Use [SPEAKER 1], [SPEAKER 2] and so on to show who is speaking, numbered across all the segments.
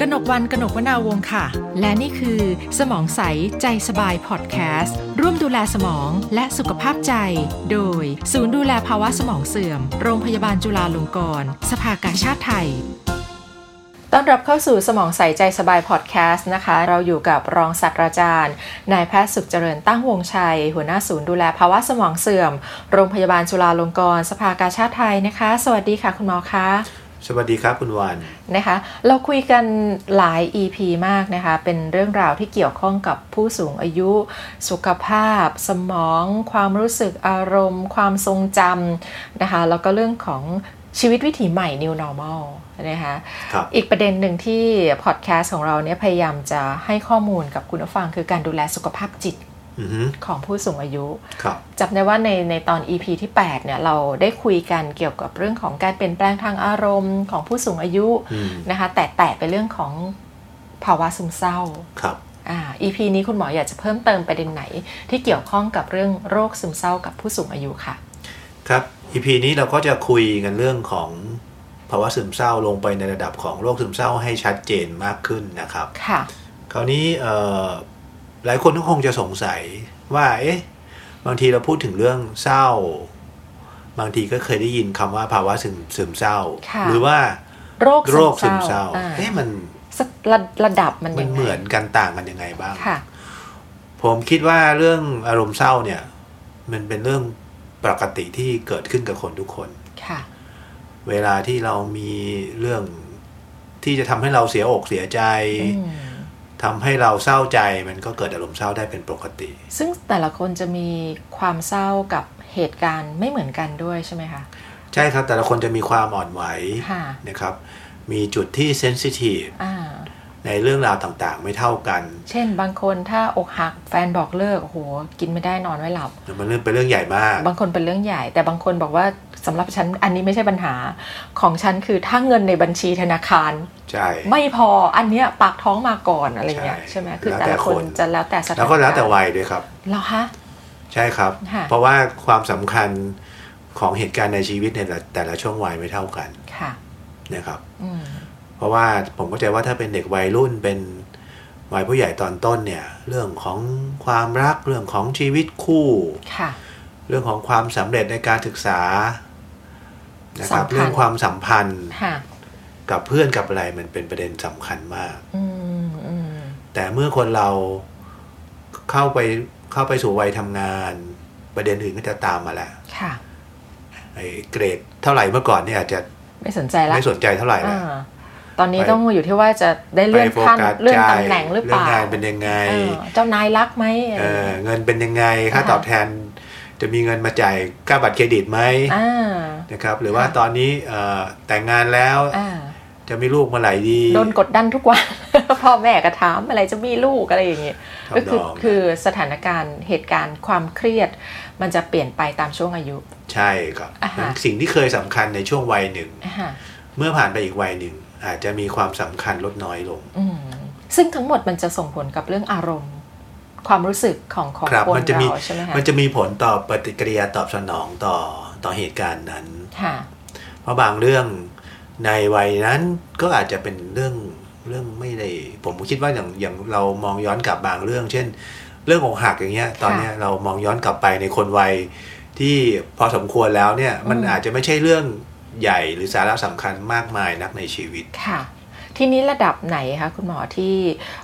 [SPEAKER 1] กนกวันกนกวนาวงศ์ค่ะ และนี่คือ สมองใสใจสบายพอดแคสต์ร่วมดูแลสมองและสุขภาพใจ โดย ศูนย์ดูแลภาวะสมองเสื่อม โรงพยาบาลจุฬาลงกรณ์สภากาชาติไทย ต้อนรับเข้าสู่สมองใสใจสบายพอดแคสต์นะคะ เราอยู่กับรองศาสตราจารย์นายแพทย์สุขเจริญตั้งวงชัย หัวหน้าศูนย์ดูแลภาวะสมองเสื่อม โรงพยาบาลจุฬาลงกรณ์สภากาชาติไทยนะคะ สวัสดีค่ะคุณหมอคะ
[SPEAKER 2] สวัสดีครับคุณวาน
[SPEAKER 1] นะคะเราคุยกันหลาย EP มากนะคะ เป็นเรื่องราวที่เกี่ยวข้องกับผู้สูงอายุ สุขภาพ สมอง ความรู้สึกอารมณ์ ความทรงจำนะคะ แล้วก็เรื่องของชีวิตวิถีใหม่ New Normal นะคะ
[SPEAKER 2] ครับ
[SPEAKER 1] อีกประเด็นหนึ่งที่พอดแคสต์ของเราเนี่ยพยายามจะให้ข้อมูลกับคุณผู้ฟังคือการดูแลสุขภาพจิต
[SPEAKER 2] อือฮึ
[SPEAKER 1] ของผู้สูงอายุ
[SPEAKER 2] ครับ
[SPEAKER 1] จำได้ว่าในในตอน EP ที่ 8 เนี่ย เราได้คุยกันเกี่ยวกับเรื่องของการเปลี่ยนแปลงทางอารมณ์ของผู้สูงอายุ
[SPEAKER 2] อืม
[SPEAKER 1] นะคะแต่แต่ไปเรื่องของภาวะซึมเศร้า
[SPEAKER 2] ครับ
[SPEAKER 1] อ่า EP นี้คุณหมออยากจะเพิ่มเติมประเด็นไหน ที่เกี่ยวข้องกับเรื่องโรคซึมเศร้ากับผู้สูงอายุค่ะ
[SPEAKER 2] ครับ EP นี้เราก็จะคุยกันเรื่องของภาวะซึมเศร้าลงไปในระดับของโรคซึมเศร้าให้ชัดเจนมากขึ้นนะครับ
[SPEAKER 1] ค่ะ
[SPEAKER 2] คราวนี้เอ่อหลายคนก็คงจะสงสัยว่า เอ๊ะ บางทีเราพูดถึงเรื่องเศร้า บางทีก็เคยได้ยินคำว่าภาวะซึมซึมเศร้า
[SPEAKER 1] ค่ะ
[SPEAKER 2] หรือว่า
[SPEAKER 1] โรค
[SPEAKER 2] โรคซึมเศร้า
[SPEAKER 1] อ่
[SPEAKER 2] เอ๊ะมัน
[SPEAKER 1] สักระระดับมัน
[SPEAKER 2] มั
[SPEAKER 1] ยั
[SPEAKER 2] น
[SPEAKER 1] งไง
[SPEAKER 2] เหมือนกันต่างกันยังไงบ้าง
[SPEAKER 1] ค่ะ
[SPEAKER 2] ผมคิดว่าเรื่องอารมณ์เศร้าเนี่ย มันเป็นเรื่องปกติที่เกิดขึ้นกับคนทุกคน
[SPEAKER 1] ค่ะ
[SPEAKER 2] เวลาที่เรามีเรื่องที่จะทำให้เราเสียอกเสียใจ
[SPEAKER 1] อืม
[SPEAKER 2] ทำให้เราเศร้าใจ มันก็เกิดอารมณ์เศร้าได้เป็นปกติ
[SPEAKER 1] ซึ่งแต่ละคนจะมีความเศร้ากับเหตุการณ์ไม่เหมือนกันด้วยใช่ไหมคะ
[SPEAKER 2] ใช่ครับแต่ละคนจะมีความอ่อนไหว
[SPEAKER 1] ค่ะ
[SPEAKER 2] นะครับ มีจุดที่เซนซิทีฟ
[SPEAKER 1] อ่า
[SPEAKER 2] ในเรื่องราวต่างๆ ไม่เท่ากัน
[SPEAKER 1] เช่นบางคนถ้าอกหักแฟนบอกเลิกโอ้โหกินไม่ได้นอนไม่หลับ
[SPEAKER 2] มันเรื่องเป็นเรื่องใหญ่มาก
[SPEAKER 1] บางคนเป็นเรื่องใหญ่ แต่บางคนบอกว่าสำหรับฉันอันนี้ไม่ใช่ปัญหาของฉันคือถ้าเงินในบัญชีธนาคาร
[SPEAKER 2] ใช่
[SPEAKER 1] ไม่พออันเนี้ยปากท้องมาก่อนอะไรเงี้ย
[SPEAKER 2] ใช่
[SPEAKER 1] ใช่ไหมคือ
[SPEAKER 2] แล้ว
[SPEAKER 1] แต่
[SPEAKER 2] แต่
[SPEAKER 1] ละคน
[SPEAKER 2] คน
[SPEAKER 1] จะแล้วแต่สถาน
[SPEAKER 2] แล้วก็แล้วแต่
[SPEAKER 1] การณ์
[SPEAKER 2] วัยด้วยครับ
[SPEAKER 1] เหรอคะ
[SPEAKER 2] ใช่ครับ
[SPEAKER 1] ค่ะ
[SPEAKER 2] เพราะว่าความสำคัญของเหตุการณ์ในชีวิตในยแต่ละแต่ละช่วงวัยไม่เท่ากัน
[SPEAKER 1] ค่ะ
[SPEAKER 2] นะครับ
[SPEAKER 1] อืม
[SPEAKER 2] เพราะว่าผมเข้าใจว่าถ้าเป็นเด็กวัยรุ่นเป็นวัยผู้ใหญ่ตอนต้นเนี่ย เรื่องของความรักเรื่องของชีวิตคู่
[SPEAKER 1] ค่ะ
[SPEAKER 2] เรื่องของความสำเร็จในการศึกษานะครับ
[SPEAKER 1] สำคัญ
[SPEAKER 2] เรื่องความสัมพันธ์
[SPEAKER 1] ค่ะ
[SPEAKER 2] กับเพื่อนกับอะไรมันเป็นประเด็นสำคัญมาก
[SPEAKER 1] อืมอืม
[SPEAKER 2] แต่เมื่อคนเราเข้าไปเข้าไปสู่วัยทำงาน ประเด็นอื่นก็จะตามมาแหละ
[SPEAKER 1] ค่ะ
[SPEAKER 2] ไอ้เกรดเท่าไหร่เมื่อก่อนเนี่ยอาจจะ
[SPEAKER 1] ไม่สนใจละ
[SPEAKER 2] ไม่สนใจเท่าไหร่
[SPEAKER 1] อ่า
[SPEAKER 2] แล้ว
[SPEAKER 1] ตอนนี้
[SPEAKER 2] ไป
[SPEAKER 1] ต้องอยู่ที่ว่าจะได้
[SPEAKER 2] ไป
[SPEAKER 1] เลื่อน
[SPEAKER 2] โฟ
[SPEAKER 1] ขั้น
[SPEAKER 2] กัส
[SPEAKER 1] เลื่อน
[SPEAKER 2] ใจ
[SPEAKER 1] ตำแหน่งหรือเป
[SPEAKER 2] เรื่อ
[SPEAKER 1] ล่าง
[SPEAKER 2] งานเป็นยังไง
[SPEAKER 1] เออเจ้านายรักไหมอะไร
[SPEAKER 2] เออ
[SPEAKER 1] เงี้ย
[SPEAKER 2] เงินเป็นยังไงค่า
[SPEAKER 1] ค่ะ
[SPEAKER 2] ตอบแทนจะมีเงินมาจ่ายค่าบัตรเครดิตไหม
[SPEAKER 1] อ่า
[SPEAKER 2] นะครับ หรือว่าตอนนี้เอ่อแต่งงานแล้ว
[SPEAKER 1] อ่า
[SPEAKER 2] จะมีลูกเมื่อไหร่ดี
[SPEAKER 1] โดนกดดันทุกวัน พ่อแม่ก็ถามอะไรจะมีลูกอะไรอย่างเงี้ย
[SPEAKER 2] ทำน
[SPEAKER 1] ก็
[SPEAKER 2] ง
[SPEAKER 1] คือคือสถานการณ์เหตุการณ์ความเครียด มันจะเปลี่ยนไปตามช่วงอายุ
[SPEAKER 2] ใช่ครับ
[SPEAKER 1] อ่าฮะ
[SPEAKER 2] นั้นสิ่งที่เคยสำคัญในช่วงวัยหนึ่ง
[SPEAKER 1] อ่าฮะ
[SPEAKER 2] เมื่อผ่านไปอีกวัยหนึ่ง อาจจะมีความสำคัญลดน้อยลง
[SPEAKER 1] อืมซึ่งทั้งหมดมันจะส่งผลกับเรื่องอารมณ์ ความรู้สึกของของ
[SPEAKER 2] ครับ
[SPEAKER 1] คน
[SPEAKER 2] มันจะมี
[SPEAKER 1] เราใช่ไหมคะ
[SPEAKER 2] มันจะมีผลต่อปฏิกิริยาตอบสนองต่อต่อเหตุการณ์นั้น
[SPEAKER 1] ค่ะ
[SPEAKER 2] เพราะบางเรื่องในวัยนั้นก็อาจจะเป็นเรื่องเรื่องไม่ได้ ผมคิดว่าอย่างอย่างเรามองย้อนกลับบางเรื่อง เช่น เรื่องอกหักอย่างเงี้ย ตอนเนี้ยเรามองย้อนกลับไปในคนวัยที่พอสมควรแล้วเนี่ย มัน
[SPEAKER 1] อืม
[SPEAKER 2] อาจจะไม่ใช่เรื่องใหญ่หรือสาระสำคัญมากมายนักในชีวิต
[SPEAKER 1] ค่ะ ทีนี้ระดับไหนคะคุณหมอที่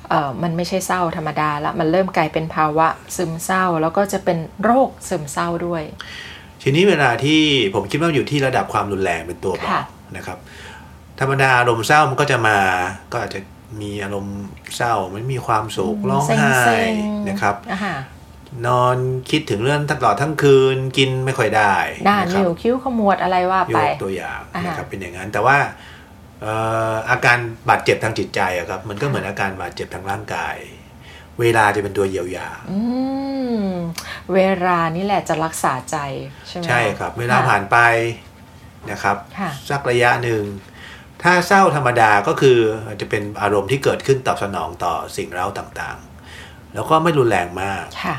[SPEAKER 1] เอ่อมันไม่ใช่เศร้าธรรมดาละมันเริ่มกลายเป็นภาวะซึมเศร้า แล้วก็จะเป็นโรคซึมเศร้าด้วย
[SPEAKER 2] ทีนี้เวลาที่ผมคิดว่าอยู่ที่ระดับความรุนแรงเป็นตัวบอก
[SPEAKER 1] ค่ะ
[SPEAKER 2] นะครับ ธรรมดาอารมณ์เศร้ามันก็จะมาก็อาจจะมีอารมณ์เศร้ามันมีความโศกร้องไห้
[SPEAKER 1] เซ็งๆ
[SPEAKER 2] นะครับ
[SPEAKER 1] อ่าฮะ
[SPEAKER 2] นอนคิดถึงเรื่องตลอดทั้งคืนกินไม่ค่อยได้
[SPEAKER 1] หน้า
[SPEAKER 2] ะครับ
[SPEAKER 1] นิ้วคิ้วขมวดอะไรว่าย ไป
[SPEAKER 2] กตัวอย่าง
[SPEAKER 1] อ่าฮะ
[SPEAKER 2] นะครับเป็นอย่างนั้นแต่ว่าเอ่ออาการบาดเจ็บทางจิตใจอะครับ มันก็เหมือนอาการบาดเจ็บทางร่างกาย เวลาจะเป็นตัวเยียวยา
[SPEAKER 1] อืมเวลานี่แหละจะรักษาใจใช่ไหมะ
[SPEAKER 2] ใช่ครับ เวลาผ่านไปนะครับ
[SPEAKER 1] ค่ะ
[SPEAKER 2] สักระยะหนึ่ง ถ้าเศร้าธรรมดาก็คืออาจจะเป็นอารมณ์ที่เกิดขึ้นตอบสนองต่อสิ่งเร้าต่างๆ แล้วก็ไม่รุนแรงมาก
[SPEAKER 1] ค่ะ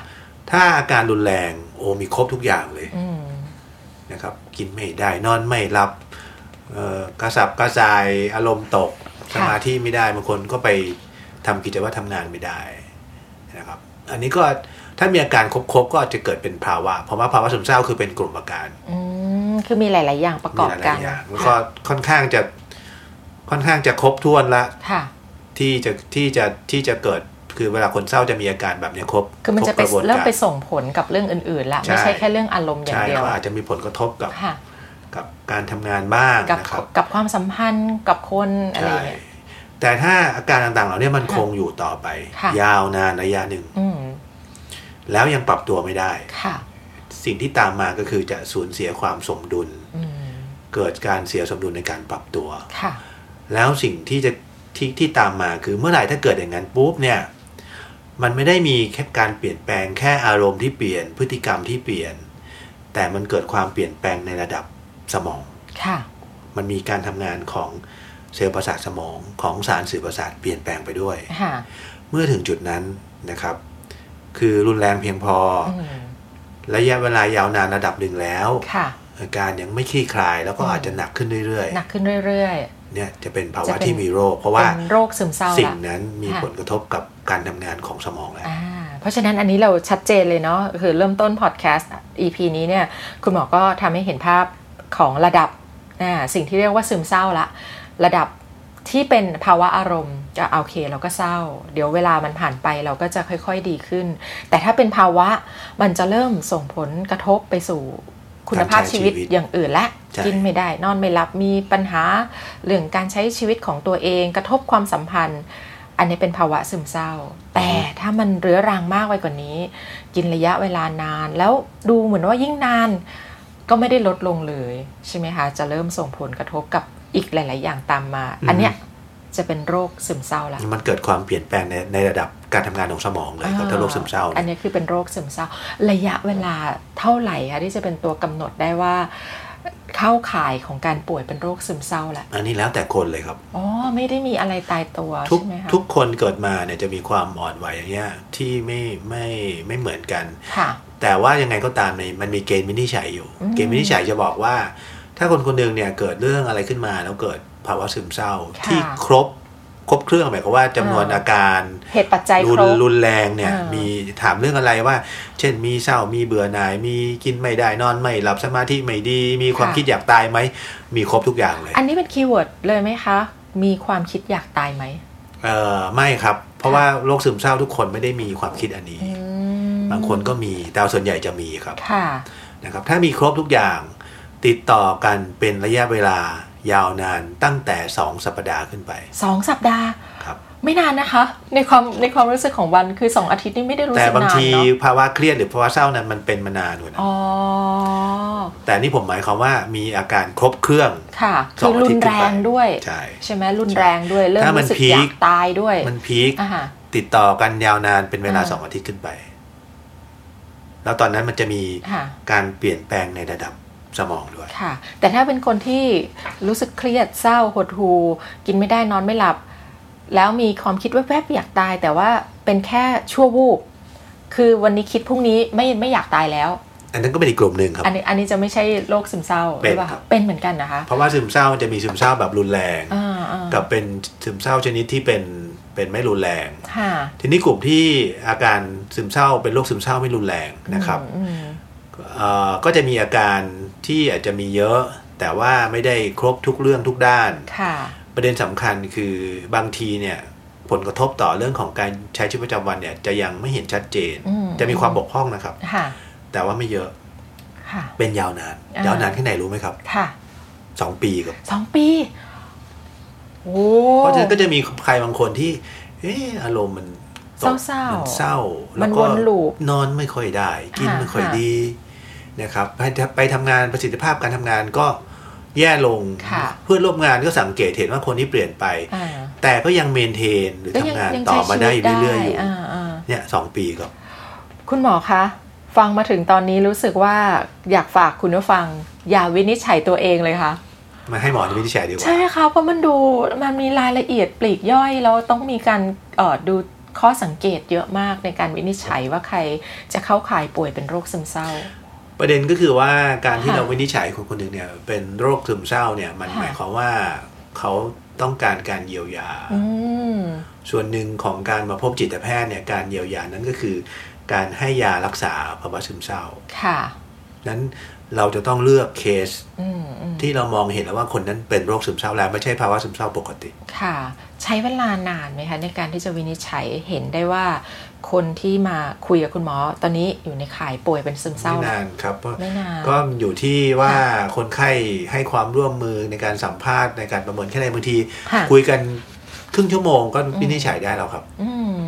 [SPEAKER 2] ถ้าอาการรุนแรงโอมีครบทุกอย่างเลย
[SPEAKER 1] อืม
[SPEAKER 2] นะครับกินไม่ได้นอนไม่หลับเอ่อกระสับกระส่ายอารมณ์ตก
[SPEAKER 3] ค่ะ
[SPEAKER 2] สมาธิไม่ได้บางคนก็ไปทำกิจวัตรทำงานไม่ได้นะครับอันนี้ก็ถ้ามีอาการครบๆก็อาจจะเกิดเป็นภาวะเพราะว่าภาวะซึมเศร้าคือเป็นกลุ่มอาการ
[SPEAKER 1] อืมคือมีหลาย ๆ อย่างประก
[SPEAKER 2] มี
[SPEAKER 1] อบ
[SPEAKER 2] หลาย
[SPEAKER 1] กัน
[SPEAKER 2] ๆอย่างแล้วก็ค่อนข้างจะค่อนข้างจะครบถ้วนละ
[SPEAKER 1] ค่ะ
[SPEAKER 2] ที่จะที่จะที่จะเกิดคือเวลาคนเศร้าจะมีอาการแบบเนี้ยครบ
[SPEAKER 1] คือมันจะ
[SPEAKER 2] ค
[SPEAKER 1] ไป
[SPEAKER 2] รบกบวน
[SPEAKER 1] เริ่ม
[SPEAKER 2] การ
[SPEAKER 1] ไปส่งผลกับเรื่องอื่น ๆ ละ
[SPEAKER 2] ใช่
[SPEAKER 1] ไม่ใช่แค่เรื่องอารมณ์อย่าง
[SPEAKER 2] ใช่
[SPEAKER 1] เดียว
[SPEAKER 2] ก็อาจจะมีผลกระทบกับ
[SPEAKER 1] ค่ะ
[SPEAKER 2] กับการทำงานบ้าง
[SPEAKER 1] กับ
[SPEAKER 2] นะครับ
[SPEAKER 1] กับความสัมพันธ์กับคนอะไร
[SPEAKER 2] ใช่
[SPEAKER 1] เงี้ย
[SPEAKER 2] แต่ถ้าอาการต่างๆ เหล่านี้มัน
[SPEAKER 1] ค่ะ
[SPEAKER 2] คงอยู่ต่อไป
[SPEAKER 1] ค่ะ
[SPEAKER 2] ยาวนานระยะหนึ่ง
[SPEAKER 1] อืม
[SPEAKER 2] แล้วยังปรับตัวไม่ได้
[SPEAKER 1] ค่ะ
[SPEAKER 2] สิ่งที่ตามมาก็คือจะสูญเสียความสมดุล
[SPEAKER 1] อืม
[SPEAKER 2] เกิดการเสียสมดุลในการปรับตัว
[SPEAKER 1] ค่ะ
[SPEAKER 2] แล้วสิ่งที่จะที่ที่ตามมาคือเมื่อไหร่ถ้าเกิดอย่างนั้นปุ๊บเนี่ยมันไม่ได้มีแค่การเปลี่ยนแปลงแค่อารมณ์ที่เปลี่ยนพฤติกรรมที่เปลี่ยน แต่มันเกิดความเปลี่ยนแปลงในระดับสมอง
[SPEAKER 1] ค่ะ
[SPEAKER 2] มันมีการทำงานของเซลล์ประสาทสมองของสารสื่อประสาทเปลี่ยนแปลงไปด้วย
[SPEAKER 1] ค่ะ
[SPEAKER 2] เมื่อถึงจุดนั้นนะครับ คือรุนแรงเพียงพอ
[SPEAKER 1] อืม
[SPEAKER 2] ระยะเวลายาวนานระดับหนึ่งแล้ว
[SPEAKER 1] ค่ะ
[SPEAKER 2] อาการยังไม่คลี่คลาย แล้วก็
[SPEAKER 1] อืม
[SPEAKER 2] อาจจะหนักขึ้นเรื่อย
[SPEAKER 1] หนักขึ้นเรื่อย
[SPEAKER 2] ๆเนี่ยจะเป็นภา
[SPEAKER 1] จะ
[SPEAKER 2] วะ
[SPEAKER 1] เป็น
[SPEAKER 2] ที่มีโรค เพราะ
[SPEAKER 1] ๆ
[SPEAKER 2] ว่า
[SPEAKER 1] เป็นโรคซึมเศร้า
[SPEAKER 2] สิ่ง
[SPEAKER 1] ละ
[SPEAKER 2] นั้นมี
[SPEAKER 1] ค่ะ
[SPEAKER 2] ผลกระทบกับการทำงานของสมองแล้ว
[SPEAKER 1] อ่าเพราะฉะนั้นอันนี้เราชัดเจนเลยเนาะคือเริ่มต้นพอดแคสต์ EP นี้เนี่ยคุณหมอก็ทำให้เห็นภาพของระดับอ่าสิ่งที่เรียกว่าซึมเศร้าละ ระดับที่เป็นภาวะอารมณ์จะโอเคเราก็เศร้า เดี๋ยวเวลามันผ่านไปเราก็จะค่อยๆดีขึ้น แต่ถ้าเป็นภาวะมันจะเริ่มส่งผลกระทบไปสู่คุณภาพชีวิต
[SPEAKER 2] การใช้ชีวิต
[SPEAKER 1] อย่างอื่นละ
[SPEAKER 2] ใช่
[SPEAKER 1] กินไม่ได้นอนไม่หลับมีปัญหาเรื่องการใช้ชีวิตของตัวเองกระทบความสัมพันธ์ อันนี้เป็นภาวะซึมเศร้า แต่ถ้ามันเรื้อรังมากไปกว่านี้ กินระยะเวลานาน แล้วดูเหมือนว่ายิ่งนาน ก็ไม่ได้ลดลงเลยใช่ไหมคะ จะเริ่มส่งผลกระทบกับอีกหลาย ๆ อย่างตามมา
[SPEAKER 2] อืม
[SPEAKER 1] อันเนี้ยจะเป็นโรคซึมเศร้าละ
[SPEAKER 2] มันเกิดความเปลี่ยนแปลงในในระดับการทำงานของสมองเลยครับถ้าโรคซึมเศร้า
[SPEAKER 1] อัน
[SPEAKER 2] เนี่ย
[SPEAKER 1] นี้คือเป็นโรคซึมเศร้า ระยะเวลาเท่าไหร่คะที่จะเป็นตัวกำหนดได้ว่า เข้าข่ายของการป่วยเป็นโรคซึมเศร้าละ
[SPEAKER 2] อันนี้แล้วแต่คนเลยครับ
[SPEAKER 1] อ๋อไม่ได้มีอะไรตายตัว
[SPEAKER 2] ทุก
[SPEAKER 1] ใช่ไหมคะ
[SPEAKER 2] ทุกคนเกิดมาเนี่ยจะมีความอ่อนไหวอย่างเงี้ยที่ไม่ไม่ไม่เหมือนกัน
[SPEAKER 1] ค่ะ
[SPEAKER 2] แต่ว่ายังไงก็ตามในยมันมีเกณฑ์วินิจฉัยอยู่
[SPEAKER 1] อืม
[SPEAKER 2] เกณฑ์วินิจฉัยจะบอกว่า ถ้าคนคนหนึ่งเนี่ยเกิดเรื่องอะไรขึ้นมาแล้วเกิดภาวะซึมเศร้า ที่ครบครบเครื่องหมายความว่าจำนวนอาการ
[SPEAKER 1] เหตุปัจจัย
[SPEAKER 2] รุ
[SPEAKER 1] คน รบ
[SPEAKER 2] รุนแรงเนี่ย
[SPEAKER 1] อ่ามี
[SPEAKER 2] มีถามเรื่องอะไรว่า เช่นมีเศร้ามีเบื่อหน่าย มีกินไม่ได้นอนไม่หลับสมาธิไม่ดี มีความ
[SPEAKER 1] ค่ะ
[SPEAKER 2] คิดอยากตายไหม มีครบทุกอย่างเลย
[SPEAKER 1] อันนี้เป็นคีย์เวิร์ดเลยไหมคะ มีความคิดอยากตายไหม
[SPEAKER 2] เออไม่ครับ เพราะว่าโรคซึมเศร้าทุกคนไม่ได้มีความคิดอันนี้ บางคนก็มีแต่ส่วนใหญ่จะมีครับ
[SPEAKER 1] ค่ะ
[SPEAKER 2] นะครับ ถ้ามีครบทุกอย่าง ติดต่อกันเป็นระยะเวลายาวนานตั้งแต่ 2 สัปดาห์ขึ้นไป
[SPEAKER 1] สองสัปดาห์
[SPEAKER 2] ครับ
[SPEAKER 1] ไม่นานนะคะ ในความในความรู้สึกของวันคือสองอาทิตย์นี่ไม่ได้รู้
[SPEAKER 2] แต่
[SPEAKER 1] สึก
[SPEAKER 2] บาง
[SPEAKER 1] นาน
[SPEAKER 2] ที
[SPEAKER 1] เนาะ
[SPEAKER 2] ภาวะเครียดหรือภาวะเศร้านั้นมันเป็นมานานอยู่นะ
[SPEAKER 1] อ๋อ
[SPEAKER 2] แต่นี่ผมหมายความว่ามีอาการครบเครื่อง
[SPEAKER 1] ค่ะ
[SPEAKER 2] สอ
[SPEAKER 1] คื
[SPEAKER 2] ง
[SPEAKER 1] อ
[SPEAKER 2] อา
[SPEAKER 1] รุ
[SPEAKER 2] ทิต
[SPEAKER 1] น
[SPEAKER 2] ย์
[SPEAKER 1] แรงด้วย
[SPEAKER 2] ใช่
[SPEAKER 1] ใช่ไหมรุนแรงด้วย เริ่ม
[SPEAKER 2] ถ้ามัน
[SPEAKER 1] รู้สึก
[SPEAKER 2] พีค
[SPEAKER 1] อยากตายด้วย
[SPEAKER 2] มันพีค
[SPEAKER 1] อ่าฮะ
[SPEAKER 2] ติดต่อกันยาวนานเป็นเวลา
[SPEAKER 1] อ่า
[SPEAKER 2] สองอาทิตย์ขึ้นไป แล้วตอนนั้นมันจะมี
[SPEAKER 1] ค่ะ
[SPEAKER 2] การเปลี่ยนแปลงในระดับสมองด้วย
[SPEAKER 1] ค่ะ แต่ถ้าเป็นคนที่รู้สึกเครียดเศร้าหดหูกินไม่ได้นอนไม่หลับ แล้วมีความคิดแวบๆอยากตาย แต่ว่าเป็นแค่ชั่ววูบคือวันนี้คิดพรุ่งนี้ไม่ไม่อยากตายแล้ว
[SPEAKER 2] อันนั้นก็เป็นอีกกลุ่มหนึ่งครับ
[SPEAKER 1] อันนี้อันนี้จะไม่ใช่โรคซึมเศร้าห
[SPEAKER 2] เป็น
[SPEAKER 1] รือเปล่า
[SPEAKER 2] ครับ
[SPEAKER 1] เป็นเหมือนกันนะคะ
[SPEAKER 2] เพราะว่าซึมเศร้ามันจะมีซึมเศร้าแบบรุนแรง
[SPEAKER 1] อ่าอ่า
[SPEAKER 2] กับเป็นซึมเศร้าชนิดที่เป็นเป็นไม่รุนแรง
[SPEAKER 1] ค่ะ
[SPEAKER 2] ทีนี้กลุ่มที่อาการซึมเศร้าเป็นโรคซึมเศร้าไม่รุนแรงนะครับ
[SPEAKER 1] อืม
[SPEAKER 2] เอ่อก็จะมีอาการที่อาจจะมีเยอะ แต่ว่าไม่ได้ครบทุกเรื่องทุกด้าน
[SPEAKER 1] ค่ะ
[SPEAKER 2] ประเด็นสำคัญคือบางทีเนี่ยผลกระทบต่อเรื่องของการใช้ชีวิตประจำวันเนี่ยจะยังไม่เห็นชัดเจน
[SPEAKER 1] อืม
[SPEAKER 2] จะมีความบกพร่องนะครับ
[SPEAKER 1] ค่ะ
[SPEAKER 2] แต่ว่าไม่เยอะ
[SPEAKER 1] ค่ะ
[SPEAKER 2] เป็นยาวนาน
[SPEAKER 1] อ่าย
[SPEAKER 2] ยาวนานแค่ไหนรู้ไหมครับ
[SPEAKER 1] ค่ะ
[SPEAKER 2] สองปีครับ
[SPEAKER 1] สองปีโอ้
[SPEAKER 2] เพราะฉะนั้นก็จะมีใครบางคนที่เอออารมณ์มันตก
[SPEAKER 1] เศร้าๆ
[SPEAKER 2] มันเศร้า
[SPEAKER 1] มั
[SPEAKER 2] แล้
[SPEAKER 1] น
[SPEAKER 2] วก็
[SPEAKER 1] วนลูป
[SPEAKER 2] นอนไม่ค่อยได้ กิน
[SPEAKER 1] ค่ะ
[SPEAKER 2] ไม่ค่อย
[SPEAKER 1] ค่ะ
[SPEAKER 2] ดีนะครับไปไปทำงานประสิทธิภาพการทำงานก็แย่ลง
[SPEAKER 1] ค่ะ
[SPEAKER 2] เพื่อนร่วมงานก็สังเกตเห็นว่าคนนี้เปลี่ยนไป
[SPEAKER 1] อ่า
[SPEAKER 2] แต่ก็ยังเมนเทนหรือ
[SPEAKER 1] ก็
[SPEAKER 2] ทำ
[SPEAKER 1] ยัง
[SPEAKER 2] งาน
[SPEAKER 1] ยัง
[SPEAKER 2] ต่
[SPEAKER 1] ใช้
[SPEAKER 2] อมา
[SPEAKER 1] ชี
[SPEAKER 2] ได้
[SPEAKER 1] วิต
[SPEAKER 2] เรื่อยๆอยู่
[SPEAKER 1] อ่าอ่า
[SPEAKER 2] เนี่ยสองปีครับ
[SPEAKER 1] คุณหมอคะ ฟังมาถึงตอนนี้รู้สึกว่าอยากฝากคุณผู้ฟัง อย่าวินิจฉัยตัวเองเลยค่ะ
[SPEAKER 2] มาให้หมอวินิจฉัยดีกว่า
[SPEAKER 1] ใช่ค่ะเพราะมันดูมันมีรายละเอียดปลีกย่อยแล้วต้องมีการเอ่อดูข้อสังเกตเยอะมากในการวินิจฉัยว่าใครจะเข้าข่ายป่วยเป็นโรคซึมเศร้า
[SPEAKER 2] ประเด็นก็คือว่าการที่
[SPEAKER 1] ค่ะ
[SPEAKER 2] เราวินิจฉัยคนคนหนึ่งเนี่ยเป็นโรคซึมเศร้าเนี่ยมัน
[SPEAKER 1] ค่ะ
[SPEAKER 2] หมายความว่าเขา ต้องการการเยียวยา
[SPEAKER 1] อืม
[SPEAKER 2] ส่วนหนึ่งของการมาพบจิตแพทย์เนี่ยการเยียวยานั้นก็คือ การให้ยารักษาภาวะซึมเศร้า
[SPEAKER 1] ค่ะ
[SPEAKER 2] นั้นเราจะต้องเลือกเคส
[SPEAKER 1] อืมอืม
[SPEAKER 2] ที่เรามองเห็นแล้วว่าคนนั้นเป็นโรคซึมเศร้าแล้วไม่ใช่ภาวะซึมเศร้าปกติ
[SPEAKER 1] ค่ะ ใช้เวลานานไหมคะ ในการที่จะวินิจฉัยเห็นได้ว่า คนที่มาคุยกับคุณหมอ ตอนนี้อยู่ในข่ายป่วยเป็นซึมเศร้า
[SPEAKER 2] ไม่
[SPEAKER 1] แล้
[SPEAKER 2] นาว นครับเพราะ
[SPEAKER 1] ไม่นาน
[SPEAKER 2] ก็อยู่ที่ว่าคนไข้ให้ความร่วมมือในการสัมภาษณ์ในการประเมินแค่ไหนบางที
[SPEAKER 1] ค่ะ
[SPEAKER 2] คุยกันครึ่งชั่วโมงก็วินิจฉัยได้แล้วครับ
[SPEAKER 1] อืม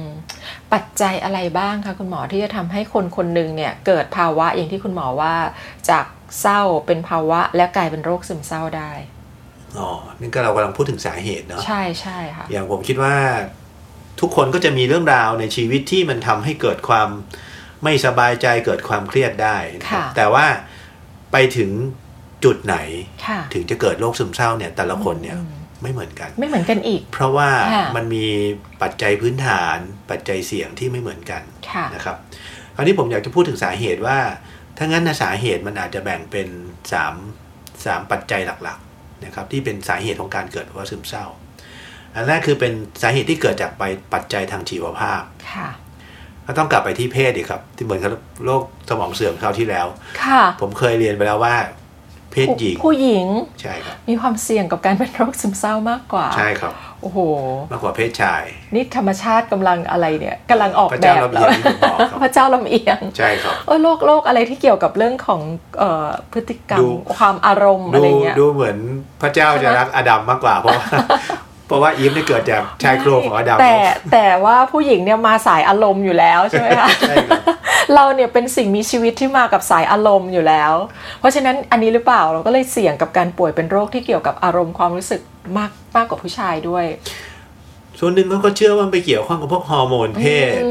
[SPEAKER 1] ปัจจัยอะไรบ้างคะคุณหมอที่จะทำให้คนคนหนึ่งเนี่ยเกิดภาวะอย่างที่คุณหมอว่า จากเศร้าเป็นภาวะและกลายเป็นโรคซึมเศร้าได้
[SPEAKER 2] อ๋อ นี่ก็เรากำลังพูดถึงสาเหตุเนาะ
[SPEAKER 1] ใช่ใช่ค่ะ
[SPEAKER 2] อย่างผมคิดว่าทุกคนก็จะมีเรื่องราวในชีวิตที่มันทำให้เกิดความไม่สบายใจเกิดความเครียดได้นะครับ
[SPEAKER 1] ค่ะ
[SPEAKER 2] แต่ว่าไปถึงจุดไหน
[SPEAKER 1] ค่ะ
[SPEAKER 2] ถึงจะเกิดโรคซึมเศร้าเนี่ยแต่ละคนเนี่ย
[SPEAKER 1] อืม
[SPEAKER 2] ไม่เหมือนกัน
[SPEAKER 1] ไม่เหมือนกันอีก
[SPEAKER 2] เพราะว่า
[SPEAKER 1] ค่ะ
[SPEAKER 2] มันมีปัจจัยพื้นฐานปัจจัยเสี่ยงที่ไม่เหมือนกัน
[SPEAKER 1] ค่ะ
[SPEAKER 2] นะครับ คราวนี้ผมอยากจะพูดถึงสาเหตุว่าถ้างั้นนะสาเหตุมันอาจจะแบ่งเป็นสามสามปัจจัยหลักๆนะครับที่เป็นสาเหตุของการเกิดภาวะซึมเศร้า อันแรกคือเป็นสาเหตุที่เกิดจากไปปัจจัยทางชีวภาพ
[SPEAKER 1] ค่ะ
[SPEAKER 2] ก็ต้องกลับไปที่เพศอีกครับ ที่เหมือนกับโรคสมองเสื่อมคราวที่แล้ว
[SPEAKER 1] ค่ะ
[SPEAKER 2] ผมเคยเรียนไปแล้วว่า เพศหญิง
[SPEAKER 1] ผู้หญิง
[SPEAKER 2] ใช่ครับ
[SPEAKER 1] มีความเสี่ยงกับการเป็นโรคซึมเศร้ามากกว่า
[SPEAKER 2] ใช่ครับ
[SPEAKER 1] โอ้โห
[SPEAKER 2] มากกว่าเพศชาย
[SPEAKER 1] นี่ธรรมชาติกำลังอะไรเนี่ยกำลังออก
[SPEAKER 2] พระ
[SPEAKER 1] แบ
[SPEAKER 2] เจ้า
[SPEAKER 1] บ
[SPEAKER 2] ลำเอียงที่ผมบอกครับ
[SPEAKER 1] พระเจ้าลำเอียง
[SPEAKER 2] ใช่ครับ
[SPEAKER 1] เออโรคโรคอะไรที่เกี่ยวกับเรื่องของเอ่อพฤติกรรม
[SPEAKER 2] ดู
[SPEAKER 1] ความอารมณ์อะไร
[SPEAKER 2] ดู
[SPEAKER 1] เงี้ย
[SPEAKER 2] ดูเหมือนพระเจ้า
[SPEAKER 1] ใช่
[SPEAKER 2] จะ
[SPEAKER 1] ไหม
[SPEAKER 2] รักอดัมมากกว่า เพราะว่า เพราะว่าอีฟเนี่ยเกิดจากชายโครงของอดัม
[SPEAKER 1] แต่แต่ว่าผู้หญิงเนี่ยมาสายอารมณ์อยู่แล้วใช่ไหมคะ
[SPEAKER 2] ใช่ครับ
[SPEAKER 1] เราเนี่ยเป็นสิ่งมีชีวิตที่มากับสายอารมณ์อยู่แล้ว เพราะฉะนั้นอันนี้หรือเปล่าเราก็เลยเสี่ยงกับการป่วยเป็นโรคที่เกี่ยวกับอารมณ์ความรู้สึกมากมากกว่าผู้ชายด้วย
[SPEAKER 2] ส่วนหนึ่งเขาก็เชื่อว่ามันไปเกี่ยวข้องกับพวกฮอร์โมนเพศ
[SPEAKER 1] อื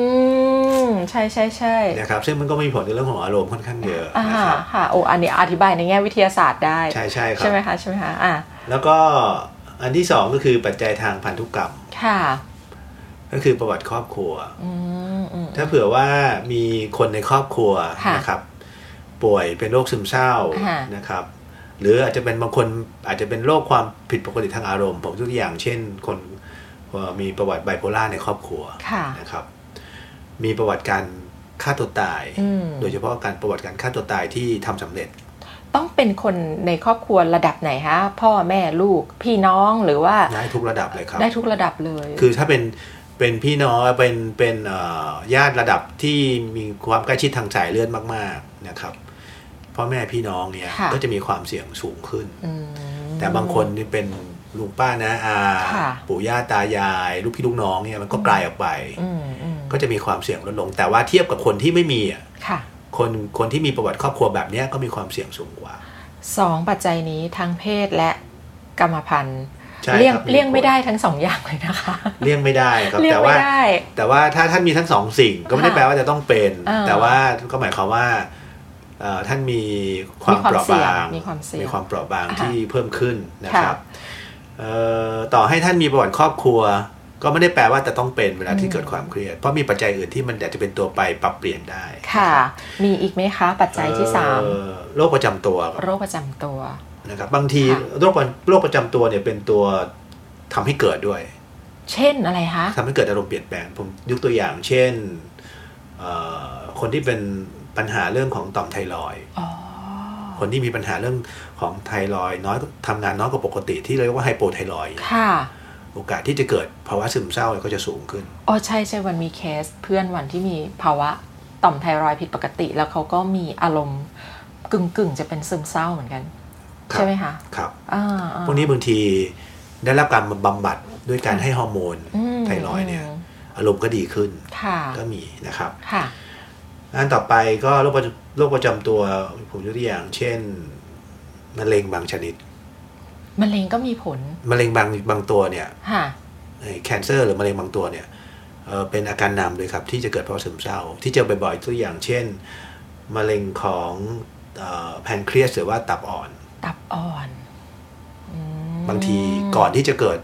[SPEAKER 1] มใช่ใช่ใช่
[SPEAKER 2] นะครับ ซึ่งมันก็มีผลในเรื่องของอารมณ์ค่อนข้างเยอะ
[SPEAKER 1] อ่า
[SPEAKER 2] นะครับ
[SPEAKER 1] ค่ะโอ้อันนี้อธิบายในแง่วิทยาศาสตร์ได้
[SPEAKER 2] ใช่ใช่ครั
[SPEAKER 1] ใช่
[SPEAKER 2] บ
[SPEAKER 1] ไหมคะใช่ไหมคะอ่ะ
[SPEAKER 2] แล้วก็อันที่สองก็คือปัจจัยทางพันธุกรรม
[SPEAKER 1] ค่ะ
[SPEAKER 2] ก็คือประวัติครอบครัว
[SPEAKER 1] อืมอืม
[SPEAKER 2] ถ้าเผื่อว่ามีคนในครอบครัว
[SPEAKER 1] ค่ะ
[SPEAKER 2] นะครับ ป่วยเป็นโรคซึมเศร้า
[SPEAKER 1] ค่ะ
[SPEAKER 2] นะครับ หรืออาจจะเป็นบางคนอาจจะเป็นโรคความผิดปกติทางอารมณ์ผมยกตัวอย่างเช่น คนเอ่อมีประวัติไบโพล่าในครอบครัว
[SPEAKER 1] ค่ะ
[SPEAKER 2] นะครับ มีประวัติการฆ่าตัวตาย
[SPEAKER 1] อืม
[SPEAKER 2] โดยเฉพาะการประวัติการฆ่าตัวตายที่ทำสำเร็จ
[SPEAKER 1] ต้องเป็นคนในครอบครัวระดับไหนฮะ พ่อแม่ลูก พี่น้องหรือว่า
[SPEAKER 2] ได้ทุกระดับเลยครับ
[SPEAKER 1] ได้ทุกระดับเลย
[SPEAKER 2] คือถ้าเป็นเป็นพี่น้องเป็นเป็นเอ่อญาติระดับที่มีความใกล้ชิดทางสายเลือดมาก ๆนะครับพ่อแม่พี่น้องเนี่ย
[SPEAKER 1] ค่ะ
[SPEAKER 2] ก็จะมีความเสี่ยงสูงขึ้น
[SPEAKER 1] ม
[SPEAKER 2] แต่บางคนนี่เป็นลุงป้านะอา
[SPEAKER 1] ค่ะ
[SPEAKER 2] ปู่ย่าตายาย ลูกพี่ลูกน้องเนี่ยมันก็
[SPEAKER 1] อืม
[SPEAKER 2] กลายออกไป
[SPEAKER 1] อืมอืม
[SPEAKER 2] ก็จะมีความเสี่ยงลดลง แต่ว่าเทียบกับคนที่ไม่มีอ่ะ
[SPEAKER 1] ค่ะ
[SPEAKER 2] คนคนที่มีประวัติครอบครัวแบบเนี้ยก็มีความเสี่ยงสูงกว่า
[SPEAKER 1] สองปัจจัยนี้ทั้งเพศและกรรมพันธุ์
[SPEAKER 2] ใช่ครับ
[SPEAKER 1] เลี่ยง
[SPEAKER 2] ผล
[SPEAKER 1] เลี่ยงไม่ได้ทั้งสองอย่างเลยนะคะ
[SPEAKER 2] เลี่ยงไม่ได้ครับ
[SPEAKER 1] เลี่ยง
[SPEAKER 2] แต่
[SPEAKER 1] ไม่
[SPEAKER 2] ว่า
[SPEAKER 1] ได้
[SPEAKER 2] แต่ว่าถ้าท่านมีทั้งสองสิ่งก็ไม่ได้
[SPEAKER 1] ค่ะ
[SPEAKER 2] แปลว่าจะต้องเป็น
[SPEAKER 1] อ่า
[SPEAKER 2] แต่ว่าก็หมายความว่าเอ่อท่านมีความ
[SPEAKER 1] มีความ
[SPEAKER 2] เปราะ
[SPEAKER 1] เสี่ย
[SPEAKER 2] บาง ง
[SPEAKER 1] มีความเสี่ยง
[SPEAKER 2] ความเปราะบาง
[SPEAKER 1] อ่า
[SPEAKER 2] ที่เพิ่มขึ้นนะครับ
[SPEAKER 1] ค่ะ
[SPEAKER 2] เอ่อต่อให้ท่านมีประวัติครอบครัว ก็ไม่ได้แปลว่าจะต้องเป็นเวลาที่
[SPEAKER 1] อืม
[SPEAKER 2] เกิดความเครียดเพราะมีปัจจัยอื่นที่มันอาจจะเป็นตัวไปปรับเปลี่ยนได้
[SPEAKER 1] ค่ะ มีอีกไหมคะ ปัจจัยที่สาม
[SPEAKER 2] เอ่อโรคประจำตัว
[SPEAKER 1] โรคประจำตัว
[SPEAKER 2] นะครับบางที
[SPEAKER 1] ค่ะ
[SPEAKER 2] โรคประโรคประจำตัวเนี่ยเป็นตัวทำให้เกิดด้วย
[SPEAKER 1] เช่นอะไรคะ
[SPEAKER 2] ทำให้เกิดอารมณ์เปลี่ยนแปลงผมยกตัวอย่างเช่นเอ่อคนที่เป็นปัญหาเรื่องของต่อมไทรอยด์
[SPEAKER 1] อ๋อ
[SPEAKER 2] คนที่มีปัญหาเรื่องของไทรอยด์น้อยทำงานน้อยกว่าปกติที่เรียกว่าไฮโปไทรอยด์
[SPEAKER 1] ค่ะ
[SPEAKER 2] โอกาสที่จะเกิดภาวะซึมเศร้าก็จะสูงขึ้น
[SPEAKER 1] อ๋อใช่ใช่วันมีเคสเพื่อนวันที่มีภาวะต่อมไทรอยด์ผิดปกติ แล้วเขาก็มีอารมณ์กึ่งกึ่งๆจะเป็นซึมเศร้าเหมือนกัน
[SPEAKER 2] ครับ
[SPEAKER 1] ใช่ไหมคะ
[SPEAKER 2] ครับ
[SPEAKER 1] อ่าอ่า
[SPEAKER 2] พวกนี้บางทีได้รับการบำบัดด้วยการให้ฮอร์โมน
[SPEAKER 1] อืม
[SPEAKER 2] ไทรอยด์เนี่ย
[SPEAKER 1] ม
[SPEAKER 2] อารมณ์ก็ดีขึ้น
[SPEAKER 1] ค่ะ
[SPEAKER 2] ก็มีนะครับ
[SPEAKER 1] ค่ะ
[SPEAKER 2] อันต่อไปก็โรคประจำโรคประจำตัวผมยกตัวอย่าง เช่นมะเร็งบางชนิด
[SPEAKER 1] มะเร็งก็มีผล
[SPEAKER 2] มะเร็งบางบางตัวเนี่ย
[SPEAKER 1] ค่ะ
[SPEAKER 2] แคนเซอร์หรือมะเร็งบางตัวเนี่ยเอ่อเป็นอาการนำเลยครับ ที่จะเกิดภาวะซึมเศร้า ที่เจอบ่อยๆตัวอย่างเช่น มะเร็งของแพนเครียสหรือว่าตับอ่อน
[SPEAKER 1] ตับอ่อนอืม
[SPEAKER 2] บางทีก่อนที่จะเกิด